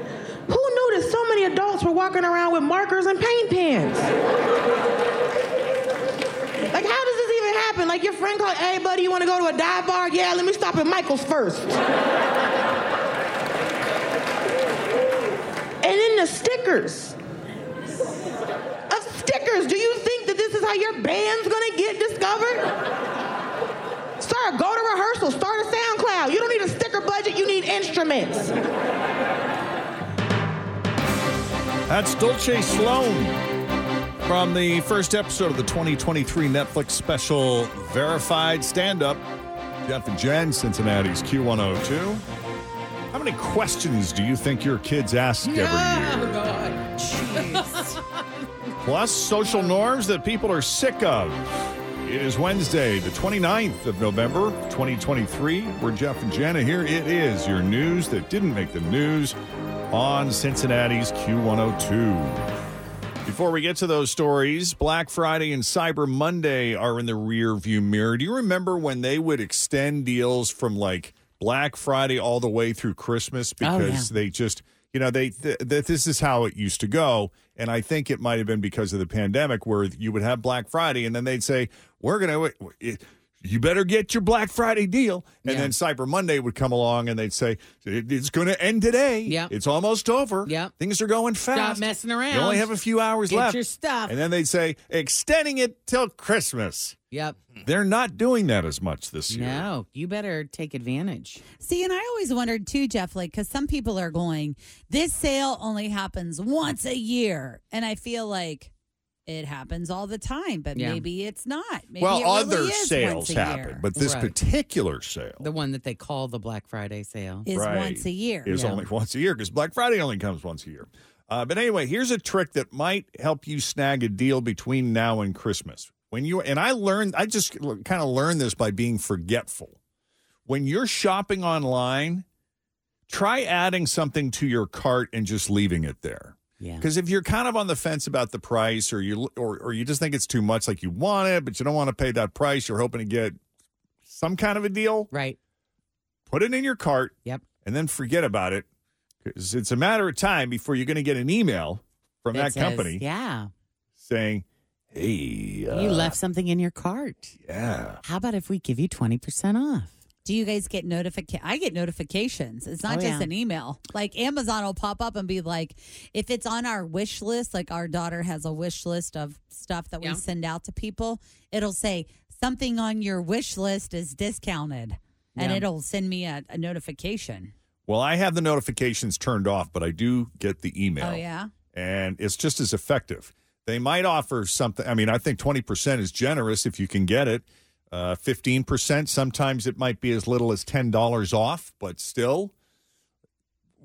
M: Who knew that so many adults were walking around with markers and paint pens? Like, how does this even happen? Like, your friend called, hey, buddy, you want to go to a dive bar? Yeah, let me stop at Michael's first. and then the stickers. Of stickers. Do you think that this is how your band's going to get discovered? Sir, go to rehearsal. Start a SoundCloud. You don't need a sticker budget, you need instruments.
B: That's Dolce Sloan from the first episode of the 2023 Netflix special Verified Stand Up. Jeff and Jen, Cincinnati's Q102. How many questions do you think your kids ask every year?
C: God.
B: Plus, social norms that people are sick of. It is Wednesday, the 29th of November, 2023. We're Jeff and Jenna here. It is your news that didn't make the news on Cincinnati's Q102. Before we get to those stories, Black Friday and Cyber Monday are in the rear view mirror. Do you remember when they would extend deals from like Black Friday all the way through Christmas
N: Oh, yeah.
B: because they just, you know, they th- th- this is how it used to go, and I think it might have been because of the pandemic where you would have Black Friday and then they'd say, "We're going to you better get your Black Friday deal." And then Cyber Monday would come along and they'd say, "It- "It's going to end today.
C: Yeah.
B: It's almost over. Yeah, Things are going
C: Stop
B: fast.
C: messing around.
B: You only have a few hours
C: Get
B: left.
C: your stuff.
B: And then they'd say, extending it till Christmas.
C: Yep.
B: They're not doing that as much this year.
C: No, you better take advantage.
D: See, and I always wondered too, Jeff, like, because some people are going, this sale only happens once a year. And I feel like it happens all the time, but
B: Yeah.
D: maybe it's not. Maybe
B: well,
D: it really
B: other
D: is once
B: sales
D: a
B: happen,
D: year.
B: but this
C: Right.
B: particular sale
C: The one that they call the Black Friday sale
D: Is once a year.
B: Is
C: Yeah.
B: only once a year because Black Friday only comes once a year. Uh, but anyway, here's a trick that might help you snag a deal between now and Christmas. When you and I learned, I just kind of learned this by being forgetful. When you're shopping online, try adding something to your cart and just leaving it there.
C: Yeah.
B: Because if you're kind of on the fence about the price, or you or or you just think it's too much, like you want it, but you don't want to pay that price, you're hoping to get some kind of a deal.
C: Right.
B: Put it in your cart.
C: Yep.
B: And then forget about it. 'Cause it's a matter of time before you're going to get an email from that,
C: That says,
B: company
C: Yeah.
B: saying, hey, uh,
C: you left something in your cart.
B: Yeah.
C: How about if we give you 20% off?
D: Do you guys get notification? I get notifications. It's not
C: Oh,
D: just
C: yeah.
D: an email. Like Amazon will pop up and be like, if it's on our wish list, like our daughter has a wish list of stuff that
C: Yeah.
D: we send out to people, it'll say something on your wish list is discounted, and
B: Yeah.
D: it'll send me a, a notification.
B: Well, I have the notifications turned off, but I do get the email.
D: Oh yeah.
B: and it's just as effective. They might offer something. I mean, I think 20% is generous if you can get it. Uh, 15%, sometimes it might be as little as $10 off, but still,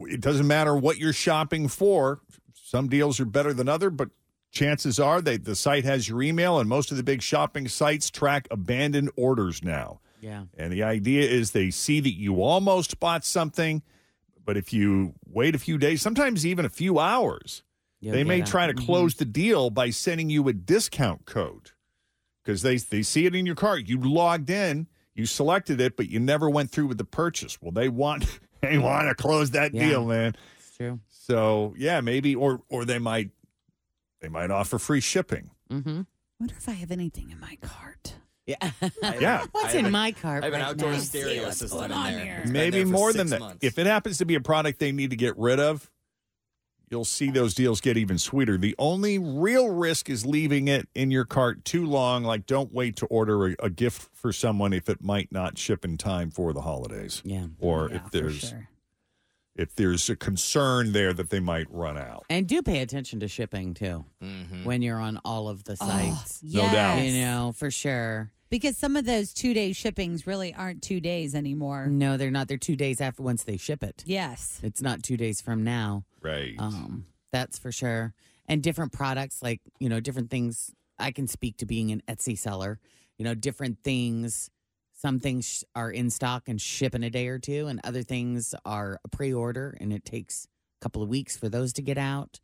B: it doesn't matter what you're shopping for. Some deals are better than other, but chances are they, the site has your email, and most of the big shopping sites track abandoned orders now.
C: Yeah.
B: And the idea is they see that you almost bought something, but if you wait a few days, sometimes even a few hours,
N: You'll
B: they
N: get
B: may
N: out.
B: try to
C: Mm-hmm.
N: Mhm.
B: close the deal by sending you a discount code because they, they see it in your cart. You logged in, you selected it, but you never went through with the purchase. Well, they want they want to close that
N: Yeah.
B: deal, man.
C: It's true.
B: So yeah, maybe or or they might they might offer free shipping.
C: Mm-hmm.
D: wonder if I have anything in my cart.
C: Yeah.
B: Yeah.
C: What's
B: I-
C: in
B: I-
C: my car?
F: I have an
C: right
F: outdoor
C: now?
F: stereo system in there. It's been
B: Maybe
F: there for
B: more
F: six
B: than that.
F: months.
B: If it happens to be a product they need to get rid of, you'll see those deals get even sweeter. The only real risk is leaving it in your cart too long. Like, don't wait to order a, a gift for someone if it might not ship in time for the holidays.
C: Yeah.
B: Or
D: Oh,
B: if there's if there's a concern there that they might run out.
C: And do pay attention to shipping too
B: Mm-hmm.
C: when you're on all of the sites.
D: No doubt. Oh, yes.
C: You know, for sure.
D: Because some of those two day shippings really aren't two days anymore.
C: No, they're not. They're two days after once they ship it.
D: Yes.
C: It's not two days from now.
B: Right.
F: Oh,
C: Um, that's for sure. And different products, like, you know, different things. I can speak to being an Etsy seller, you know, different things. Some things are in stock and ship in a day or two, and other things are a pre order and it takes a couple of weeks for those to get out.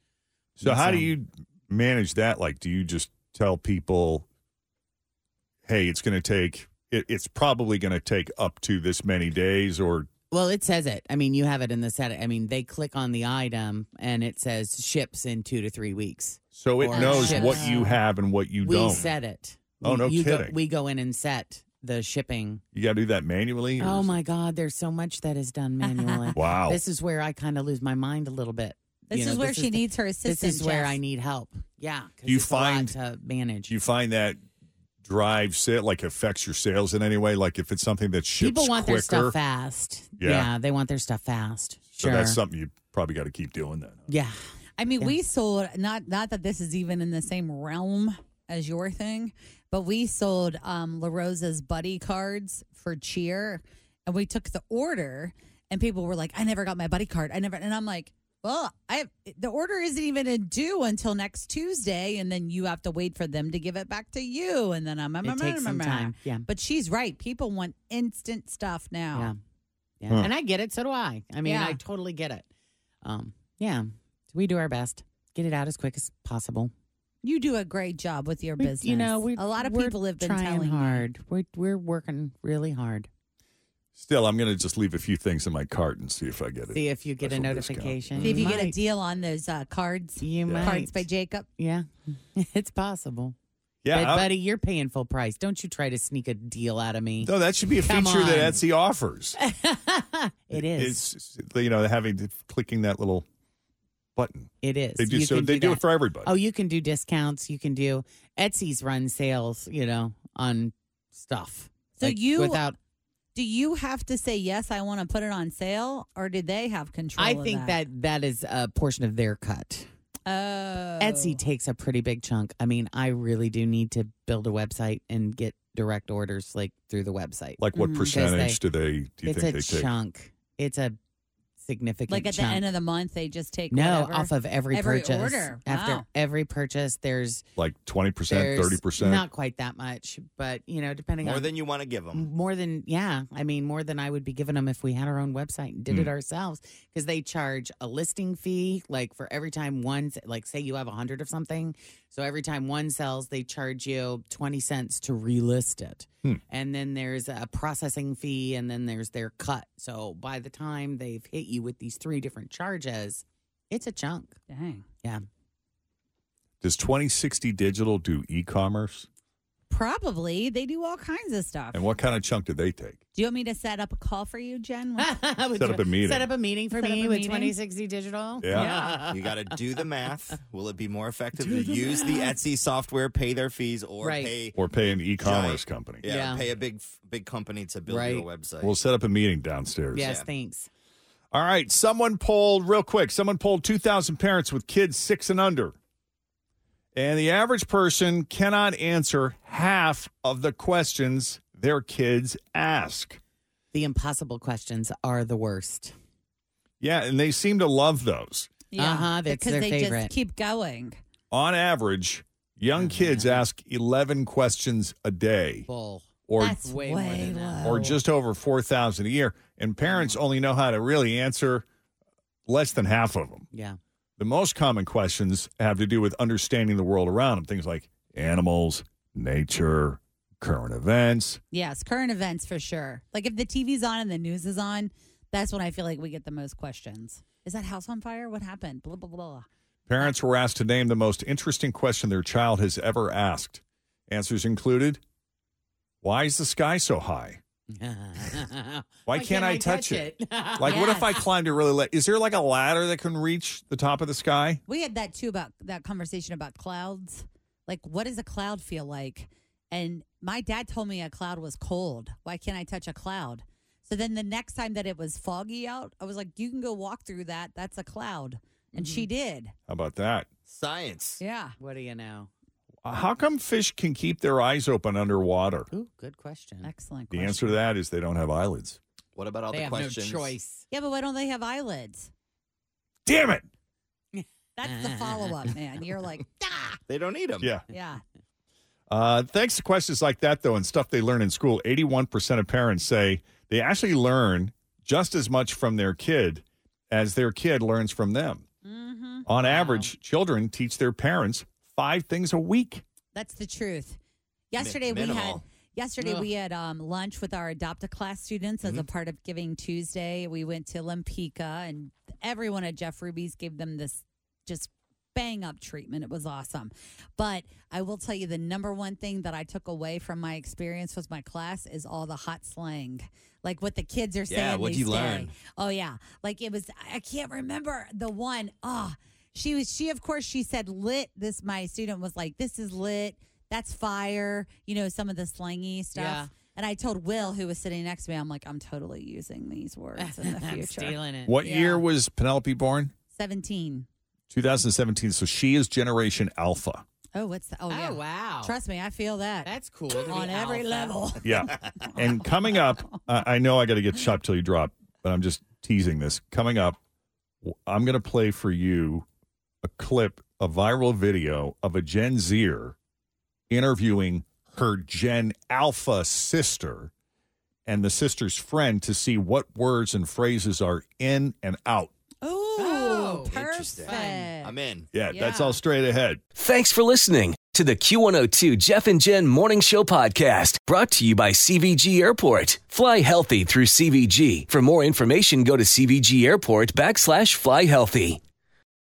B: So how do
C: um,
B: you manage that? Like, do you just tell people, "Hey, it's going to take. It, it's probably going to take up to this many days," or
C: Well, it says it. I mean, you have it in the set. I mean, they click on the item and it says ships in two to three weeks.
B: so it
C: Or
B: knows
C: ships.
B: what you have and what you
C: we
B: don't.
C: set it.
B: Oh,
C: We-
B: no
C: you go-
B: kidding.
C: we go in and set the shipping.
B: You got to do that manually. or
C: Oh
B: is-
C: my God, there's so much that is done manually.
B: Wow.
C: This is where I kind of lose my mind a little bit.
D: This is where she needs her
C: This
D: assistant,
C: is where
D: Jeff.
C: I need help. Yeah. 'cause
B: Do you
C: it's a lot
B: find-
C: to manage?
B: Do you find that drive sale like affects your sales in any way? Like if it's something that ships
C: people want
B: quicker,
C: their stuff fast.
B: Yeah.
C: they want their stuff fast.
B: so
C: Sure.
B: that's something you probably got to keep doing. Then
C: yeah.
D: I mean, we sold not not that this is even in the same realm as your thing, but we sold um La Rosa's buddy cards for cheer and we took the order and people were like, I never got my buddy card. I never and I'm like, Well, I have, the order isn't even due until next Tuesday and then you have to wait for them to give it back to you and then I'm
C: It takes some time. Yeah.
D: But she's right. People want instant stuff now.
C: Yeah. Yeah.
D: Huh.
C: And I get it. So do I. I mean,
D: Yeah.
C: I totally get it. Um, yeah. So we do our best. Get it out as quick as possible.
D: You do a great job with your
C: We-
D: business.
C: You know, we
D: a lot of
C: we're
D: people have been
C: trying
D: telling me.
C: hard. We're we're working really hard.
B: still, I'm going to just leave a few things in my cart and see if I get it.
C: See if you get a
B: Special discount.
C: notification.
D: See if you get a deal on those uh, cards.
C: You
D: Cards
C: might.
D: by Jacob.
C: Yeah, it's possible.
B: Yeah,
C: but
B: I-
C: buddy, you're paying full price. Don't you try to sneak a deal out of me.
B: No, that should be a
C: Come
B: feature that
C: on.
B: Etsy offers.
C: It is.
B: It's you know having to, clicking that little button.
C: It is.
B: They do
C: You
B: so.
C: can
B: They do, it
C: that.
B: for everybody.
C: Oh, you can do discounts. You can do Etsy's run sales. You know on stuff.
D: So
C: Like,
D: you-
C: without.
D: Do you have to say yes? I want to put it on sale, or do they have control?
C: I
D: of
C: think
D: that.
C: that that is a portion of their cut.
D: Oh,
C: Etsy takes a pretty big chunk. I mean, I really do need to build a website and get direct orders like through the website.
B: Like what
C: Mhm. 'Cause
B: percentage do they? Do you
C: it's
B: think
C: a
B: they take?
C: chunk. It's a significant
D: like at the
C: chunk.
D: end of the month, they just take
C: no
D: whatever-
C: off of every, purchase
D: order.
C: after
D: Wow.
C: every purchase there's
B: Like twenty percent,
C: there's
B: thirty percent.
C: not quite that much but you know depending
F: More
C: on
F: than you want to give them.
C: more than yeah i mean more than i would be giving them if we had our own website and did it
F: Hmm.
C: ourselves because they charge a listing fee like for every time one like say you have a hundred of something so every time one sells they charge you 20 cents to relist it
N: Hmm.
C: and then there's a processing fee and then there's their cut so by the time they've hit you with these three different charges it's a chunk
D: dang
C: yeah
B: Does twenty sixty digital do e-commerce?
D: Probably they do all kinds of stuff.
B: And what kind of chunk do they take?
D: do you want me to set up a call for you, Jen?
C: Ah,
B: Set up a meeting.
C: Set up a meeting for
D: Set up
C: me
D: a
C: with
D: meeting.
C: 2060 Digital.
F: You got to do the math. Will it be more effective to use the Etsy software, pay their fees, or
C: Right.
F: pay
B: Or pay an e-commerce
F: giant-
B: company?
F: Yeah,
C: Yeah.
F: pay a big big company to build you a
C: Right.
F: website.
B: We'll set up a meeting downstairs.
C: Yes, thanks.
B: All right. Someone polled real quick. Someone polled 2,000 parents with kids six and under. And the average person cannot answer half of the questions their kids ask.
C: The impossible questions are the worst.
B: Yeah. And they seem to love those.
D: Yeah,
C: Uh-huh, that's
D: because
C: their
D: they
C: favorite.
D: just keep going.
B: On average, young kids ask 11 questions a day
C: Bull.
B: or,
D: That's way, low.
B: or just over 4,000 a year. And parents only know how to really answer less than half of them.
C: Yeah.
B: The most common questions have to do with understanding the world around them, things like animals, nature, current events.
D: Yes, current events for sure. Like if the TV's on and the news is on, that's when I feel like we get the most questions. Is that house on fire? What happened? Blah blah blah.
B: Parents were asked to name the most interesting question their child has ever asked. Answers included Why is the sky so high?
C: Why,
B: Why, can't, I, touch, it? like, what if I
D: Yes.
B: climbed it really late? Is there like a ladder that can reach the top of the sky?
D: We had that too about that conversation about clouds. Like, what does a cloud feel like? And my dad told me a cloud was cold. Why can't I touch a cloud? So then the next time that it was foggy out, I was like, you can go walk through that. That's a cloud. And she did.
B: How about that?
F: Science.
D: Yeah.
C: What do you know?
B: Uh, How come fish can keep their eyes open underwater?
C: Ooh, good question.
D: Excellent.
B: The answer to that is they don't have eyelids.
F: What about all
C: They
F: the
C: have no
F: questions?
C: choice.
D: Yeah, but why don't they have eyelids?
B: Damn it!
D: That's the follow up, man. You're like,
F: They don't need them.
B: Yeah.
D: yeah.
B: Uh, thanks to questions like that, though, and stuff they learn in school, 81% of parents say they actually learn just as much from their kid as their kid learns from them. On average, children teach their parents five things a week.
D: That's the truth. Yesterday we had
B: minimal.
D: yesterday
B: Ugh.
D: we had um, lunch with our adopt a class students
F: Mm-hmm.
D: as a part of Giving Tuesday. We went to Lampica and everyone at Jeff Ruby's gave them this just bang up treatment. It was awesome. But I will tell you the number one thing that I took away from my experience with my class is all the hot slang. Like what the kids are saying.
F: Yeah, what'd you
D: these days.
F: learn?
D: Oh yeah. Like it was I can't remember the one. Oh, she was she of course she said lit. This my student was like, This is lit, that's fire, you know, some of the slangy stuff.
C: Yeah.
D: And I told Will, who was sitting next to me, I'm like, I'm totally using these words in the future.
C: I'm stealing it.
B: What year was Penelope born?
D: Seventeen.
B: 2017. So she is Generation Alpha.
D: Oh, what's the, oh, yeah.
C: wow.
D: Trust me, I feel that.
C: That's cool.
D: On every level.
B: Yeah. and coming up, I I know I got to get shop till you drop, but I'm just teasing this. Coming up, w- I'm going to play for you a clip, a viral video of a Gen Zer interviewing her Gen Alpha sister and the sister's friend to see what words and phrases are in and out.
D: Ooh,
C: Oh,
F: Interesting. I'm in.
B: Yeah, that's all straight ahead.
A: Thanks for listening to the Q102 Jeff and Jen Morning Show podcast brought to you by CVG Airport. Fly healthy through CVG. For more information, go to CVG Airport backslash fly healthy.